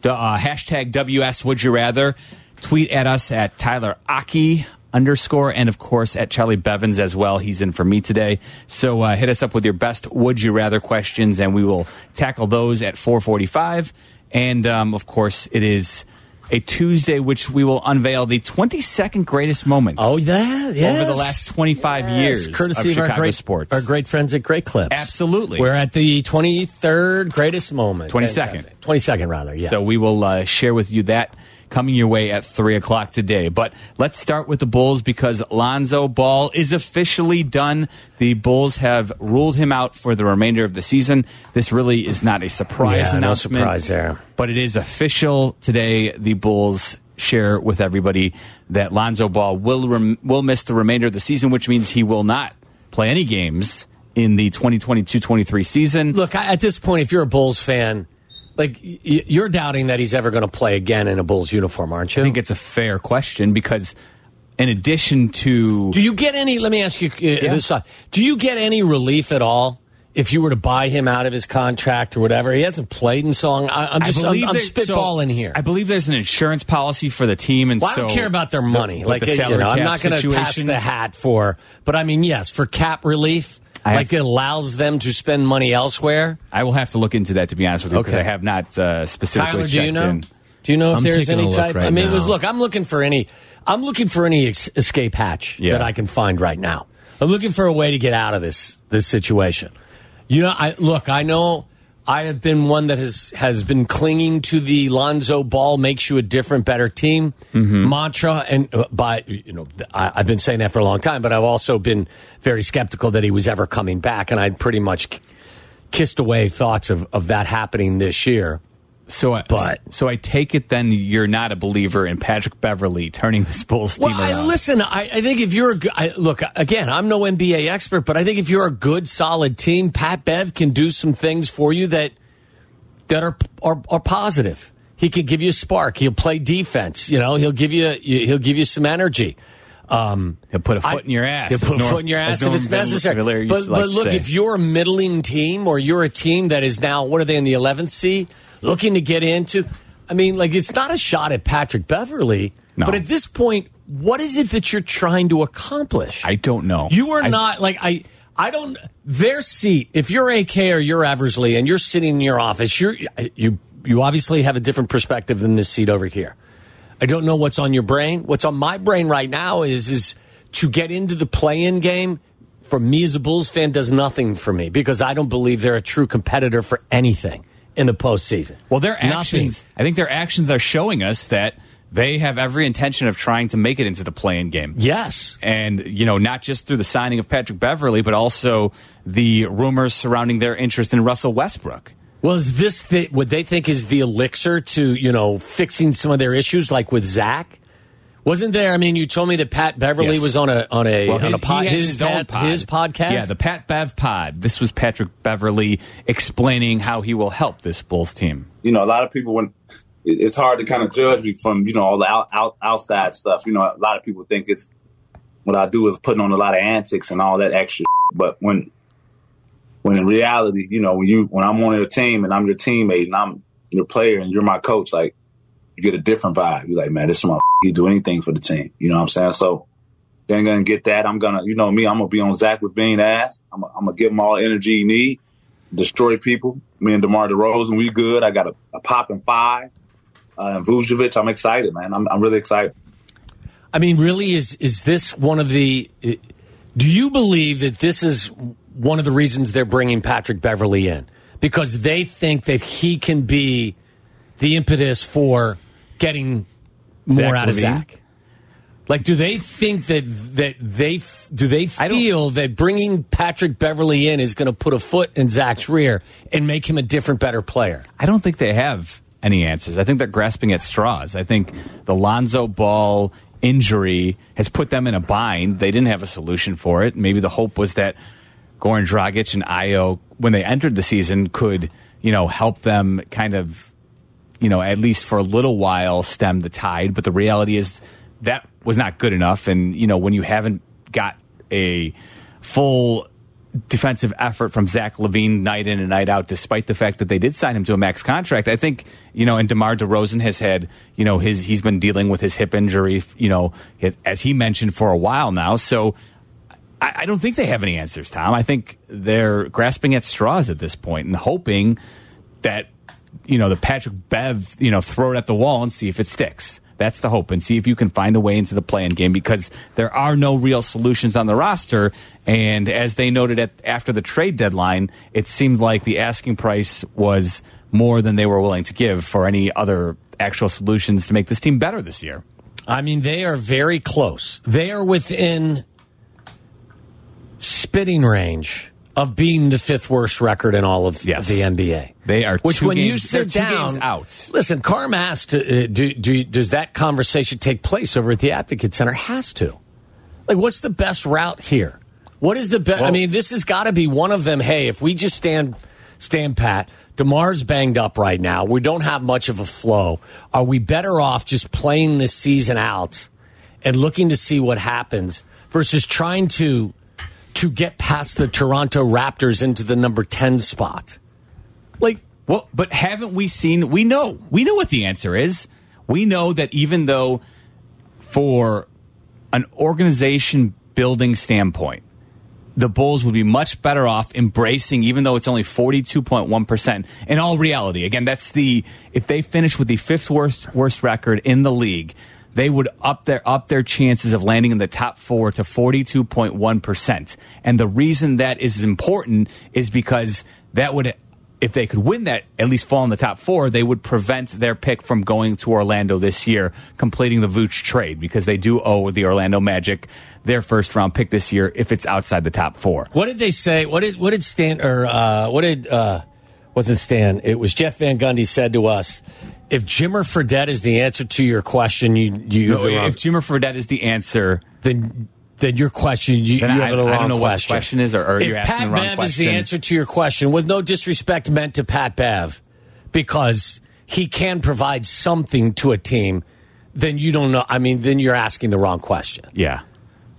Speaker 6: The, uh, hashtag WS Would You Rather. Tweet at us at Tyler Aki underscore and of course at Charlie Bevins as well. He's in for me today. So uh, hit us up with your best Would You Rather questions, and we will tackle those at 4:45. And um, of course, it is. A Tuesday, which we will unveil the 22nd greatest moments
Speaker 1: oh, that yes.
Speaker 6: over the last 25 years
Speaker 1: courtesy of,
Speaker 6: Chicago
Speaker 1: our great
Speaker 6: sports.
Speaker 1: our great friends at Great Clips.
Speaker 6: Absolutely.
Speaker 1: we're at the twenty third greatest moment,
Speaker 6: 22nd.
Speaker 1: twenty second rather. Yeah.
Speaker 6: So we will uh, share with you that coming your way at 3 o'clock today. But let's start with the Bulls because Lonzo Ball is officially done. The Bulls have ruled him out for the remainder of the season. This really is not a surprise
Speaker 1: Yeah, no
Speaker 6: announcement.
Speaker 1: surprise there.
Speaker 6: But it is official today. The Bulls share with everybody that Lonzo Ball will rem- will miss the remainder of the season, which means he will not play any games in the 2022-23 season.
Speaker 1: look I, at this point, if you're a Bulls fan, like y- y- you're doubting that he's ever going to play again in a Bulls uniform, aren't you?
Speaker 6: I think it's a fair question because, in addition to
Speaker 1: Do you get any? Let me ask you uh, this: side. Do you get any relief at all if you were to buy him out of his contract or whatever? He hasn't played in so long. I, I'm just I am I'm
Speaker 6: there-
Speaker 1: spitballing
Speaker 6: so,
Speaker 1: here.
Speaker 6: I believe there's an insurance policy for the team, and
Speaker 1: Well, I
Speaker 6: so
Speaker 1: don't care about their money.
Speaker 6: with
Speaker 1: like uh,
Speaker 6: the
Speaker 1: you
Speaker 6: salary
Speaker 1: know, I'm
Speaker 6: cap
Speaker 1: not going to pass
Speaker 6: situation.
Speaker 1: the hat for. But I mean, yes, for cap relief,
Speaker 6: I
Speaker 1: like
Speaker 6: have-
Speaker 1: it allows them to spend money elsewhere.
Speaker 6: I will have to look into that to be honest with you because
Speaker 1: Okay.
Speaker 6: I have not uh, specifically
Speaker 1: Tyler,
Speaker 6: checked
Speaker 1: do you know?
Speaker 6: in.
Speaker 1: Do you know if
Speaker 9: I'm
Speaker 1: there's
Speaker 9: taking a
Speaker 1: any
Speaker 9: look
Speaker 1: type? I
Speaker 9: right
Speaker 1: mean, it was
Speaker 9: now.
Speaker 1: look. I'm looking for any. I'm looking for any ex- escape hatch
Speaker 6: Yeah.
Speaker 1: that I can find right now. I'm looking for a way to get out of this this situation. You know, I look. I know I have been one that has has been clinging to the Lonzo Ball makes you a different, better team
Speaker 9: Mm-hmm.
Speaker 1: mantra, and uh, by you know, th- I, I've been saying that for a long time, but I've also been very skeptical that he was ever coming back, and I pretty much kissed away thoughts of of that happening this year.
Speaker 6: So, I,
Speaker 1: But-
Speaker 6: so I take it then you're not a believer in Patrick Beverly turning this Bulls team
Speaker 1: well, I,
Speaker 6: around.
Speaker 1: listen, I, I think if you're a good, I, look, again, I'm no NBA expert, but I think if you're a good, solid team, Pat Bev can do some things for you that that are are, are positive. He could give you a spark. He'll play defense. You know, he'll give you he'll give you some energy. Um,
Speaker 6: He'll put a foot
Speaker 1: I-
Speaker 6: in your ass.
Speaker 1: He'll
Speaker 6: as
Speaker 1: put a
Speaker 6: Norm-
Speaker 1: foot in your
Speaker 6: as
Speaker 1: ass if
Speaker 6: Norm
Speaker 1: it's
Speaker 6: Vill-
Speaker 1: necessary.
Speaker 6: Villiers
Speaker 1: but
Speaker 6: used to like
Speaker 1: but
Speaker 6: to
Speaker 1: look,
Speaker 6: say.
Speaker 1: if you're a middling team or you're a team that is now, what are they in the 11th seed, looking to get into? I mean, like, it's not a shot at Patrick Beverly,
Speaker 6: No.
Speaker 1: but at this point, what is it that you're trying to accomplish?
Speaker 6: I don't know.
Speaker 1: You are
Speaker 6: I-
Speaker 1: not like I. I don't. Their seat. If you're AK or you're Eversley and you're sitting in your office, you're you you obviously have a different perspective than this seat over here. I don't know what's on your brain. What's on my brain right now is is to get into the play-in game. For me as a Bulls fan, does nothing for me because I don't believe they're a true competitor for anything in the postseason.
Speaker 6: Well, their
Speaker 1: Nothing.
Speaker 6: actions, I think their actions are showing us that they have every intention of trying to make it into the play-in game.
Speaker 1: Yes.
Speaker 6: And, you know, not just through the signing of Patrick Beverly, but also the rumors surrounding their interest in Russell Westbrook.
Speaker 1: Well, is this the, what they think is the elixir to you know fixing some of their issues, like with Zach? Wasn't there? I mean, you told me that Pat Beverly
Speaker 6: Yes.
Speaker 1: was on a on a on a
Speaker 6: he
Speaker 1: pod,
Speaker 6: has
Speaker 1: Pat- his podcast.
Speaker 6: Yeah, the Pat Bev pod. This was Patrick Beverly explaining how he will help this Bulls team.
Speaker 9: you know, a lot of people when it- it's hard to kind of judge me from you know all the out, out, outside stuff. You know, a lot of people think it's what I do is putting on a lot of antics and all that extra. But when when in reality, you know, when you when I'm on your team and I'm your teammate and I'm your player and you're my coach, like you get a different vibe. You're like, man, this motherfucker, he do anything for the team. You know what I'm saying? So they're gonna get that. I'm gonna, you know me, I'm gonna be on Zach with being ass. I'm, I'm gonna give him all the energy he need destroy people. Me and DeMar DeRozan, we good. I got a, a pop and five. Uh, and Vucevic, I'm excited, man. I'm, I'm really excited.
Speaker 1: I mean, really, is is this one of the? i- Do you believe that this is one of the reasons they're bringing Patrick Beverly in because they think that he can be the impetus for getting more
Speaker 6: Zach
Speaker 1: out of
Speaker 6: Levine?
Speaker 1: Zach? Like, do they think that that they f- do they
Speaker 6: don't-
Speaker 1: feel that bringing Patrick Beverly in is going to put a foot in Zach's rear and make him a different, better player?
Speaker 6: I don't think they have any answers. I think they're grasping at straws. I think the Lonzo Ball injury has put them in a bind. They didn't have a solution for it. Maybe the hope was that Goran Dragic and Io, when they entered the season, could you know help them kind of you know at least for a little while stem the tide. But the reality is that was not good enough. And you know when you haven't got a full defensive effort from Zach Levine night in and night out, despite the fact that they did sign him to a max contract. I think, you know, and DeMar DeRozan has had, you know, his, he's been dealing with his hip injury, you know, as he mentioned for a while now. So I, I don't think they have any answers, Tom. I think they're grasping at straws at this point and hoping that, you know, the Patrick Bev, you know, throw it at the wall and see if it sticks. That's the hope, and see if you can find a way into the play-in game because there are no real solutions on the roster. And as they noted at, after the trade deadline, it seemed like the asking price was more than they were willing to give for any other actual solutions to make this team better this year.
Speaker 1: I mean, they are very close. They are within spitting range of being the fifth worst record in all of
Speaker 6: Yes.
Speaker 1: the NBA.
Speaker 6: They are
Speaker 1: Which,
Speaker 6: two
Speaker 1: when you
Speaker 6: games-
Speaker 1: sit
Speaker 6: they're two
Speaker 1: down,
Speaker 6: games out.
Speaker 1: Listen, Carm asked, uh, do, do, does that conversation take place over at the Advocate Center? Has to. Like, what's the best route here? What is the best? I
Speaker 6: Well-
Speaker 1: mean, this has got to be one of them. Hey, if we just stand stand pat, Demar's banged up right now. We don't have much of a flow. Are we better off just playing this season out and looking to see what happens versus trying to to get past the Toronto Raptors into the number ten spot? Like,
Speaker 6: Well, but haven't we seen? We know. We know what the answer is. We know that even though, for an organization building standpoint, the Bulls would be much better off embracing, even though it's only 42.1%. In all reality, again, that's the, if they finish with the fifth worst, worst record in the league, they would up their, up their chances of landing in the top four to 42.1%. And the reason that is important is because that would, if they could win that, at least fall in the top four, they would prevent their pick from going to Orlando this year, completing the Vooch trade, because they do owe the Orlando Magic their first round pick this year if it's outside the top four.
Speaker 1: What did they say? What did what did Stan or uh, what did uh, wasn't Stan? It was Jeff Van Gundy said to us, "If Jimmer Fredette is the answer to your question, you you have the wrong,
Speaker 6: if Jimmer Fredette is the answer,
Speaker 1: then then your question you,
Speaker 6: Then
Speaker 1: you
Speaker 6: I-
Speaker 1: have the
Speaker 6: I
Speaker 1: wrong
Speaker 6: don't know what the
Speaker 1: question.
Speaker 6: question is, or- or
Speaker 1: if
Speaker 6: you're asking
Speaker 1: Pat
Speaker 6: the wrong
Speaker 1: Bev is the
Speaker 6: question.
Speaker 1: answer to your question, with no disrespect meant to Pat Bev, because he can provide something to a team. Then you don't know. I mean, then you're asking the wrong question.
Speaker 6: yeah.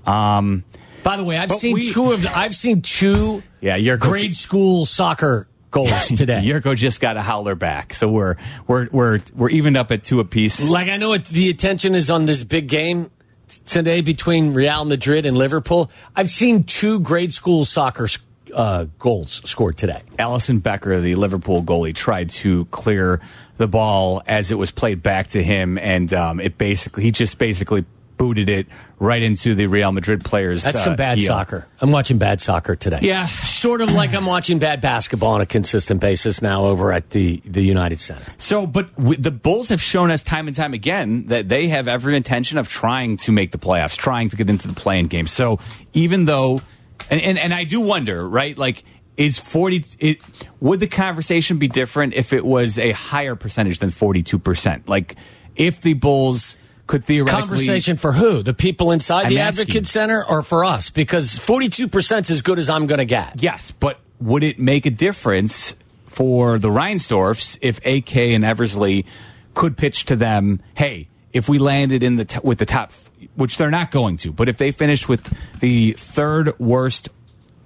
Speaker 6: Um,
Speaker 1: By the way, I've
Speaker 6: But
Speaker 1: seen
Speaker 6: we-
Speaker 1: two of the, I've seen two
Speaker 6: Yeah, your coach-
Speaker 1: grade school soccer goals today.
Speaker 6: Yurko just got a howler back, so we're we're we're we're evened up at two apiece.
Speaker 1: like I know it, the attention is on this big game t- today between Real Madrid and Liverpool. I've seen two grade school soccer s- uh, goals scored today.
Speaker 6: Allison Becker, the Liverpool goalie, tried to clear the ball as it was played back to him, and um, it basically he just basically booted it right into the Real Madrid players.
Speaker 1: That's
Speaker 6: uh,
Speaker 1: some bad
Speaker 6: heel.
Speaker 1: soccer. I'm watching bad soccer today.
Speaker 6: Yeah.
Speaker 1: Sort of like I'm watching bad basketball on a consistent basis now over at the, the United Center.
Speaker 6: So, but w- the Bulls have shown us time and time again that they have every intention of trying to make the playoffs, trying to get into the playing game. So, even though, and, and, and I do wonder, right? Like, is 40, it, would the conversation be different if it was a higher percentage than 42%? Like, if the Bulls could theoretically.
Speaker 1: Conversation for who? The people inside
Speaker 6: I'm
Speaker 1: the
Speaker 6: asking.
Speaker 1: Advocate Center or for us? Because 42% is as good as I'm going to get.
Speaker 6: Yes, but would it make a difference for the Reinsdorfs if AK and Eversley could pitch to them, hey, if we landed in the t- with the top, f- which they're not going to, but if they finished with the third worst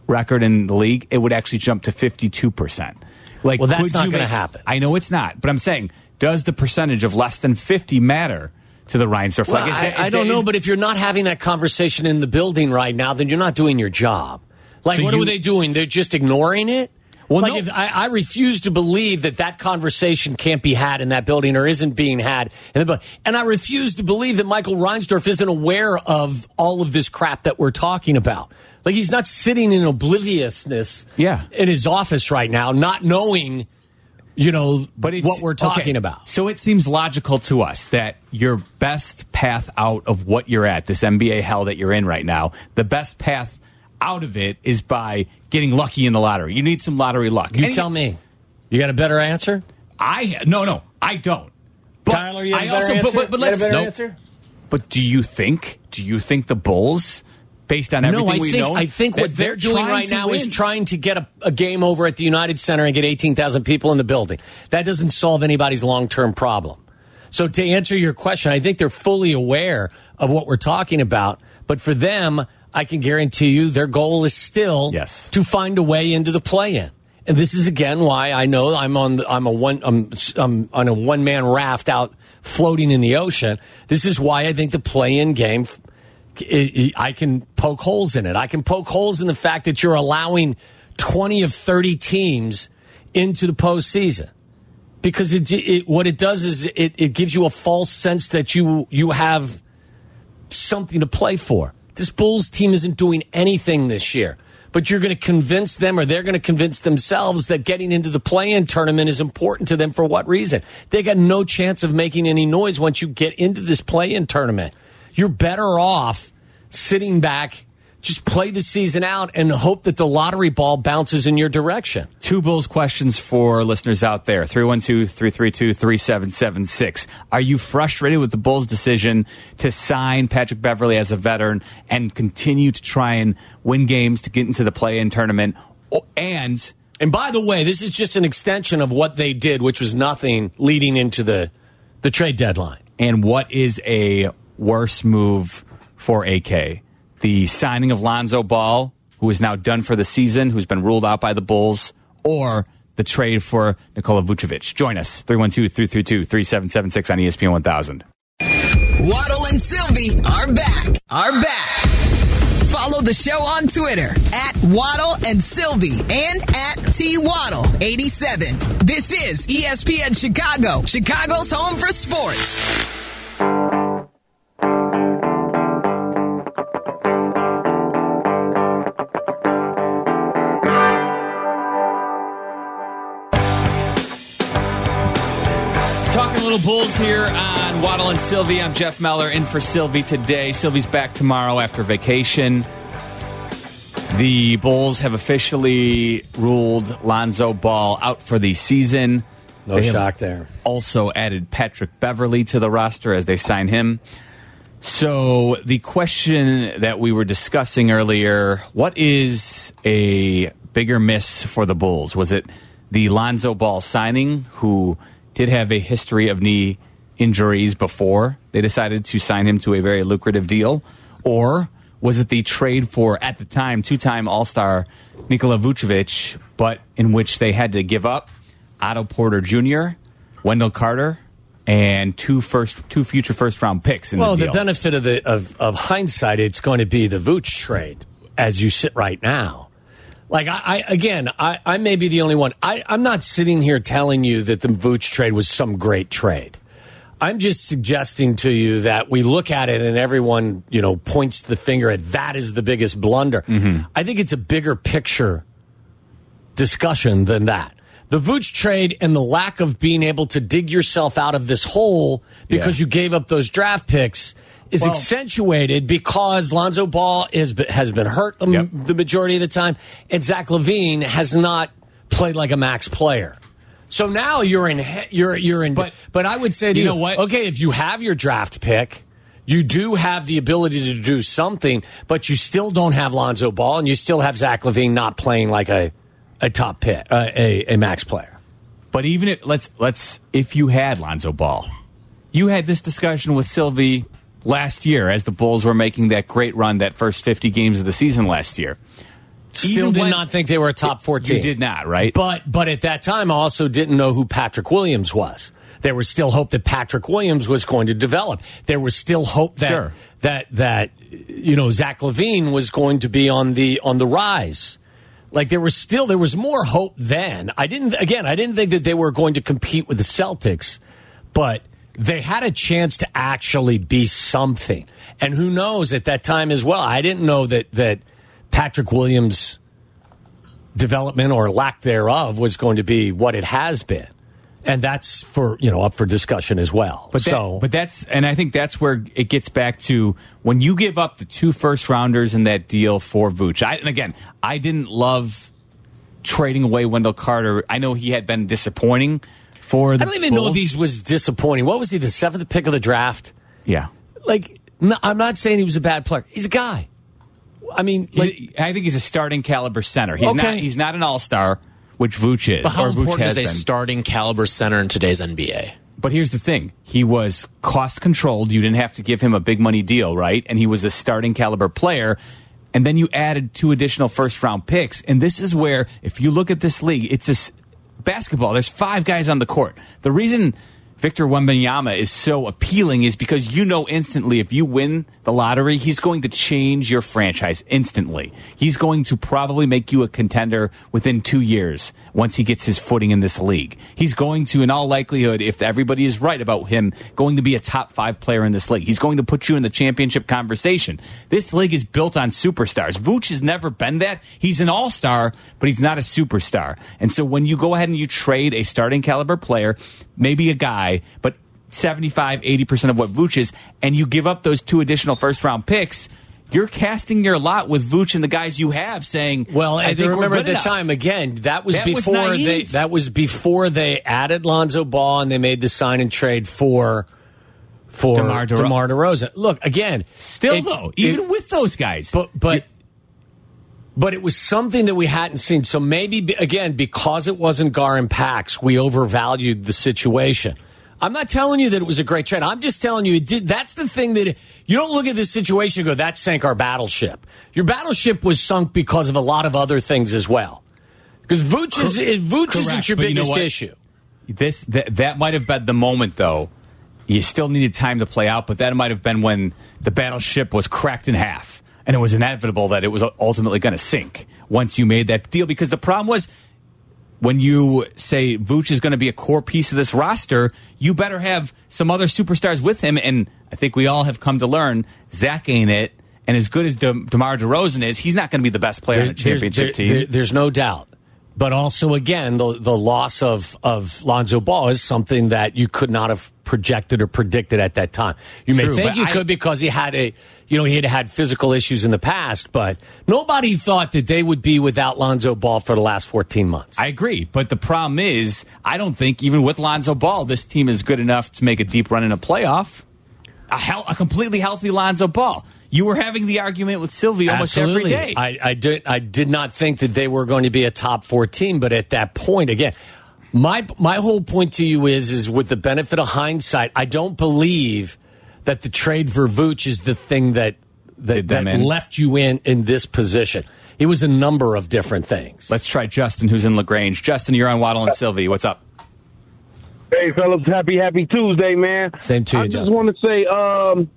Speaker 6: record in the league, it would actually jump to fifty two percent. Like,
Speaker 1: Well, that's
Speaker 6: could
Speaker 1: not
Speaker 6: you
Speaker 1: gonna
Speaker 6: make-
Speaker 1: happen.
Speaker 6: I know it's not, but I'm saying, does the percentage of less than fifty matter to the Reinsdorf?
Speaker 1: Well,
Speaker 6: is
Speaker 1: I,
Speaker 6: that- is
Speaker 1: I don't
Speaker 6: that-
Speaker 1: know,
Speaker 6: is-
Speaker 1: but if you're not having that conversation in the building right now, then you're not doing your job. Like,
Speaker 6: So
Speaker 1: what
Speaker 6: you-
Speaker 1: are they doing? They're just ignoring it?
Speaker 6: Well,
Speaker 1: like
Speaker 6: no.
Speaker 1: if, I, I refuse to believe that that conversation can't be had in that building or isn't being had. In the, bu- and I refuse to believe that Michael Reinsdorf isn't aware of all of this crap that we're talking about. Like, he's not sitting in obliviousness
Speaker 6: Yeah.
Speaker 1: in his office right now, not knowing, you know,
Speaker 6: but it's,
Speaker 1: what we're talking
Speaker 6: okay,
Speaker 1: about.
Speaker 6: So it seems logical to us that your best path out of what you're at, this NBA hell that you're in right now, the best path out of it is by getting lucky in the lottery. You need some lottery luck.
Speaker 1: You
Speaker 6: And
Speaker 1: tell me. You got a better answer?
Speaker 6: I no no I don't. But
Speaker 1: Tyler, you have
Speaker 6: I
Speaker 1: a better
Speaker 6: also but,
Speaker 1: answer?
Speaker 6: but, but
Speaker 1: You had a
Speaker 6: let's
Speaker 1: better
Speaker 6: nope.
Speaker 1: answer?
Speaker 6: But do you think do you think the Bulls, based on everything
Speaker 1: no, I
Speaker 6: we
Speaker 1: think,
Speaker 6: know,
Speaker 1: I think
Speaker 6: that
Speaker 1: what they're, doing
Speaker 6: trying
Speaker 1: right
Speaker 6: to
Speaker 1: now is
Speaker 6: win?
Speaker 1: trying to get a, a game over at the United Center and get 18,000 people in the building. That doesn't solve anybody's long term problem. So, to answer your question, I think they're fully aware of what we're talking about. But for them, I can guarantee you their goal is still
Speaker 6: Yes.
Speaker 1: to find a way into the play in. And this is again why I know I'm on the, I'm a one I'm, I'm on a one man raft out floating in the ocean. This is why I think the play in game f- I I can poke holes in it. I can poke holes in the fact that you're allowing 20 of 30 teams into the postseason because it, it what it does is it, it gives you a false sense that you you have something to play for. This Bulls team isn't doing anything this year, but you're going to convince them, or they're going to convince themselves, that getting into the play-in tournament is important to them. For what reason? They got no chance of making any noise once you get into this play-in tournament. You're better off sitting back. Just play the season out and hope that the lottery ball bounces in your direction.
Speaker 6: Two Bulls questions for listeners out there 312 332 3776. Are you frustrated with the Bulls' decision to sign Patrick Beverly as a veteran and continue to try and win games to get into the play in tournament? O- And
Speaker 1: And by the way, this is just an extension of what they did, which was nothing leading into the the trade deadline.
Speaker 6: and what is a worse move for AK? The signing of Lonzo Ball, who is now done for the season, who's been ruled out by the Bulls, or the trade for Nikola Vucevic. Join us 312 332 3776 on E ESPN 1000.
Speaker 3: Waddle and Sylvie are back. Are back. Follow the show on Twitter at Waddle and Sylvie and at T Waddle 87. This is E ESPN Chicago, Chicago's home for sports.
Speaker 6: Talking little bulls here on Waddle and Sylvie. I'm Jeff Meller in for Sylvie today. Sylvie's back tomorrow after vacation. The Bulls have officially ruled Lonzo Ball out for the season.
Speaker 1: No
Speaker 6: They have
Speaker 1: shock there.
Speaker 6: Also added Patrick Beverly to the roster as they sign him. So the question that we were discussing earlier, what is a bigger miss for the Bulls? Was it the Lonzo Ball signing who did have a history of knee injuries before they decided to sign him to a very lucrative deal or was it the trade for at the time two-time All-Star Nikola Vucevic but in which they had to give up Otto Porter Jr., Wendell Carter and two first two future first round picks in
Speaker 1: Well, the,
Speaker 6: the deal.
Speaker 1: benefit of the of, of hindsight, it's going to be the Vooch trade as you sit right now. Like I, I again, I, I may be the only one. I, I'm not sitting here telling you that the Vooch trade was some great trade. I'm just suggesting to you that we look at it and everyone, you know, points the finger at that is the biggest blunder. I think it's a bigger picture discussion than that. The Vooch trade and the lack of being able to dig yourself out of this hole because you gave up those draft picks is accentuated because Lonzo Ball is has been hurt the,
Speaker 6: Yep.
Speaker 1: the majority of the time, and Zach Levine has not played like a max player. So now you're in he- you're you're in. But, but I would say to you,
Speaker 6: You know what?
Speaker 1: Okay, if you have your draft pick. You do have the ability to do something, but you still don't have Lonzo Ball, and you still have Zach Levine not playing like a a top pick, uh, a a max player.
Speaker 6: But even if let's let's if you had Lonzo Ball, you had this discussion with Sylvie last year as the Bulls were making that great run that first 50 games of the season last year.
Speaker 1: Still
Speaker 6: Even
Speaker 1: did
Speaker 6: when-
Speaker 1: not think they were a top fourteen.
Speaker 6: You did not, right?
Speaker 1: But but at that time, I also didn't know who Patrick Williams was. There was still hope that Patrick Williams was going to develop. There was still hope that
Speaker 6: Sure.
Speaker 1: that that you know Zach Levine was going to be on the on the rise. Like there was still there was more hope then. I didn't again. I didn't think that they were going to compete with the Celtics, but they had a chance to actually be something. And who knows at that time as well. I didn't know that that Patrick Williams development or lack thereof was going to be what it has been. And that's for you know up for discussion as well.
Speaker 6: But that-
Speaker 1: so
Speaker 6: but that's and I think that's where it gets back to when you give up the two first rounders in that deal for Vooch. I, and again, I didn't love trading away Wendell Carter. I know he had been disappointing for the.
Speaker 1: I don't even know if
Speaker 6: Bulls.
Speaker 1: these was disappointing. What was he, the seventh pick of the draft?
Speaker 6: Yeah,
Speaker 1: Like no, I'm not saying he was a bad player. He's a guy. I mean, like
Speaker 6: He's- I think he's a starting caliber center. He's not.
Speaker 1: Okay.
Speaker 6: He's not an all star, which Vooch is.
Speaker 10: But how
Speaker 6: or Vooch
Speaker 10: important
Speaker 6: has
Speaker 10: is a
Speaker 6: been.
Speaker 10: starting caliber center in today's NBA?
Speaker 6: But here's the thing: he was cost controlled. You didn't have to give him a big money deal, right? And he was a starting caliber player. And then you added two additional first round picks. And this is where, if you look at this league, it's this basketball. There's five guys on the court. The reason Victor Wembanyama is so appealing is because you know instantly if you win the lottery, he's going to change your franchise instantly. He's going to probably make you a contender within two years once he gets his footing in this league. He's going to, in all likelihood, if everybody is right about him, going to be a top five player in this league. He's going to put you in the championship conversation. This league is built on superstars. Vooch has never been that. He's an all star, but he's not a superstar. And so when you go ahead and you trade a starting caliber player, maybe a guy, but 75, 80% of what Vooch is, and you give up those two additional first round picks, you're casting your lot with Vooch and the guys you have saying,
Speaker 1: Well, I
Speaker 6: think we're
Speaker 1: remember
Speaker 6: good
Speaker 1: at the
Speaker 6: enough."
Speaker 1: time again. That was
Speaker 6: That was
Speaker 1: before they.
Speaker 6: naive.
Speaker 1: That was before they added Lonzo Ball and they made the sign and trade for for
Speaker 6: DeMar DeRozan.
Speaker 1: DeMar DeRozan. Look again,
Speaker 6: Still,
Speaker 1: it-
Speaker 6: though,
Speaker 1: it-
Speaker 6: even with those guys.
Speaker 1: but but but it was something that we hadn't seen. So maybe be- again, because it wasn't Gar and Pax, we overvalued the situation. I'm not telling you that it was a great trade. I'm just telling you it did. That's the thing that you don't look at this situation and go, "That sank our battleship." Your battleship was sunk because of a lot of other things as well. Because Vooch, is, Vooch isn't
Speaker 6: correct,
Speaker 1: your
Speaker 6: but you know
Speaker 1: biggest
Speaker 6: what?
Speaker 1: issue.
Speaker 6: this that that might have been the moment though. You still needed time to play out, but that might have been when the battleship was cracked in half, and it was inevitable that it was ultimately going to sink once you made that deal. Because the problem was when you say Vooch is going to be a core piece of this roster, you better have some other superstars with him. And I think we all have come to learn Zach ain't it. And as good as De- DeMar DeRozan is, he's not going to be the best player on a
Speaker 1: There- there's-
Speaker 6: championship
Speaker 1: there-
Speaker 6: team.
Speaker 1: there- there's no doubt. But also, again, the, the loss of, of Lonzo Ball is something that you could not have projected or predicted at that time. You may
Speaker 6: True,
Speaker 1: think
Speaker 6: but
Speaker 1: you
Speaker 6: I-
Speaker 1: could because he had a, you know, he had had physical issues in the past, but nobody thought that they would be without Lonzo Ball for the last 14 months.
Speaker 6: I agree, but the problem is, I don't think even with Lonzo Ball, this team is good enough to make a deep run in a playoff. A, hel- a completely healthy Lonzo Ball. You were having the argument with Sylvie almost
Speaker 1: Absolutely.
Speaker 6: every day.
Speaker 1: I, I, did, I did not think that they were going to be a top 14, but at that point, again, my, my whole point to you is, is with the benefit of hindsight, I don't believe that the trade for Vooch is the thing that, that,
Speaker 6: Did them
Speaker 1: that
Speaker 6: in.
Speaker 1: left you in, in this position. It was a number of different things.
Speaker 6: Let's try Justin, who's in Lagrange. Justin, you're on Waddle and Sylvie. What's up?
Speaker 11: Hey, fellas, happy, happy Tuesday, man.
Speaker 1: Same to you,
Speaker 11: I just
Speaker 1: Justin.
Speaker 11: want to say um,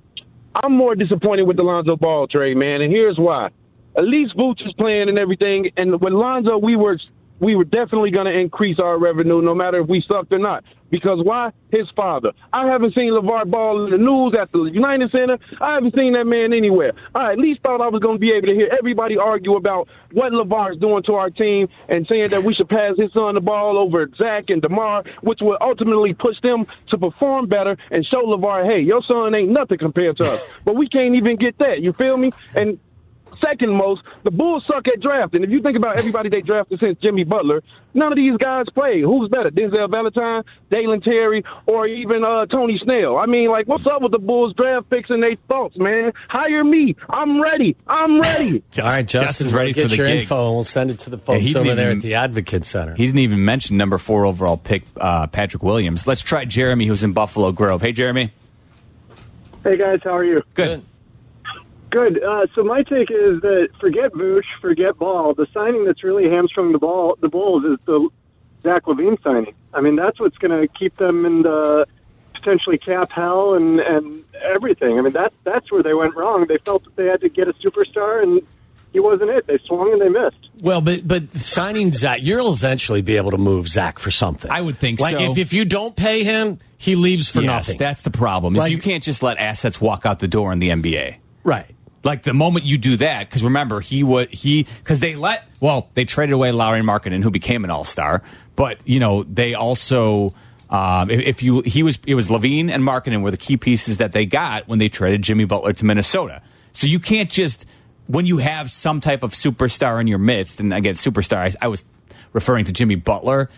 Speaker 11: I'm more disappointed with the Lonzo Ball trade, man, and here's why. At least Vooch is playing and everything, and with Lonzo, we were we were definitely going to increase our revenue no matter if we sucked or not. Because why? His father. I haven't seen LeVar Ball in the news at the United Center. I haven't seen that man anywhere. I at least thought I was going to be able to hear everybody argue about what LeVar's doing to our team and saying that we should pass his son the ball over Zach and DeMar, which will ultimately push them to perform better and show LeVar, hey, your son ain't nothing compared to us. But we can't even get that. You feel me? And second most. The Bulls suck at drafting. If you think about everybody they drafted since Jimmy Butler, none of these guys play. Who's better, Denzel Valentine, Dalen Terry, or even uh, Tony Snell? I mean, like, what's up with the Bulls draft picks and their thoughts, man? Hire me. I'm ready. I'm ready.
Speaker 1: All right, Justin's
Speaker 6: Justin's ready
Speaker 1: ready
Speaker 6: for
Speaker 1: get
Speaker 6: the
Speaker 1: your
Speaker 6: gig.
Speaker 1: info, and we'll send it to the
Speaker 6: he
Speaker 1: folks
Speaker 6: didn't
Speaker 1: over there
Speaker 6: even-
Speaker 1: at the Advocate Center.
Speaker 6: He didn't even mention number four overall pick, uh, Patrick Williams. Let's try Jeremy, who's in Buffalo Grove. Hey, Jeremy.
Speaker 12: Hey guys, how are you?
Speaker 6: Good.
Speaker 12: Good. Uh, so my take is that forget Vooch, forget Ball. The signing that's really hamstrung the ball, the Bulls, is the Zach Levine signing. I mean, that's what's going to keep them in the potentially cap hell and and everything. I mean, that that's where they went wrong. They felt that they had to get a superstar, and he wasn't it. They swung and they missed.
Speaker 1: Well, but but signing Zach, you'll eventually be able to move Zach for something. I would
Speaker 6: think
Speaker 1: like
Speaker 6: so.
Speaker 1: If, if you don't pay him, he leaves for
Speaker 6: Yes,
Speaker 1: nothing.
Speaker 6: That's the problem. Is
Speaker 1: Like-
Speaker 6: you can't just let assets walk out the door in the NBA.
Speaker 1: Right.
Speaker 6: Like the moment you do that, because remember he was he because they let well they traded away Lowry Markkinen who became an All Star, but you know they also um, if, if you he was it was Levine and Markkinen were the key pieces that they got when they traded Jimmy Butler to Minnesota. So you can't just when you have some type of superstar in your midst, and again superstar I, I was referring to Jimmy Butler.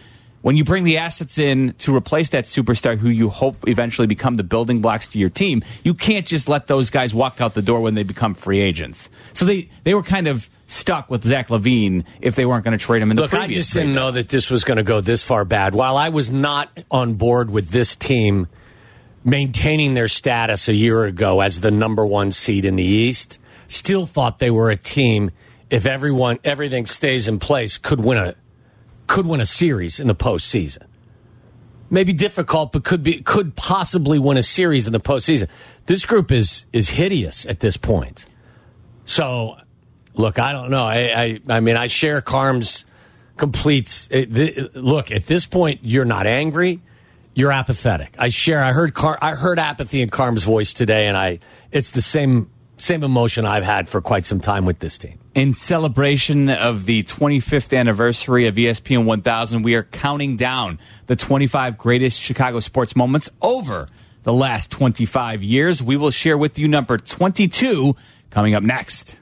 Speaker 6: When you bring the assets in to replace that superstar who you hope eventually become the building blocks to your team, you can't just let those guys walk out the door when they become free agents. So they, they were kind of stuck with Zach Levine if they weren't going to trade him in the
Speaker 1: Look, I
Speaker 6: previous
Speaker 1: just
Speaker 6: trade.
Speaker 1: didn't know that this was going to go this far bad. While I was not on board with this team maintaining their status a year ago as the number one seed in the East, still thought they were a team. If everyone everything stays in place, could win a could win a series in the postseason. Maybe difficult, but could be could possibly win a series in the postseason. This group is is hideous at this point. So, look, I don't know. I I, I mean, I share Carm's complete. It, th- eh, look, at this point, you're not angry. You're apathetic. I share. I heard Car- I heard apathy in Carm's voice today, and I it's the same same emotion I've had for quite some time with this team.
Speaker 6: In celebration of the 25th anniversary of E ESPN 1000, we are counting down the 25 greatest Chicago sports moments over the last 25 years. We will share with you number 22 coming up next.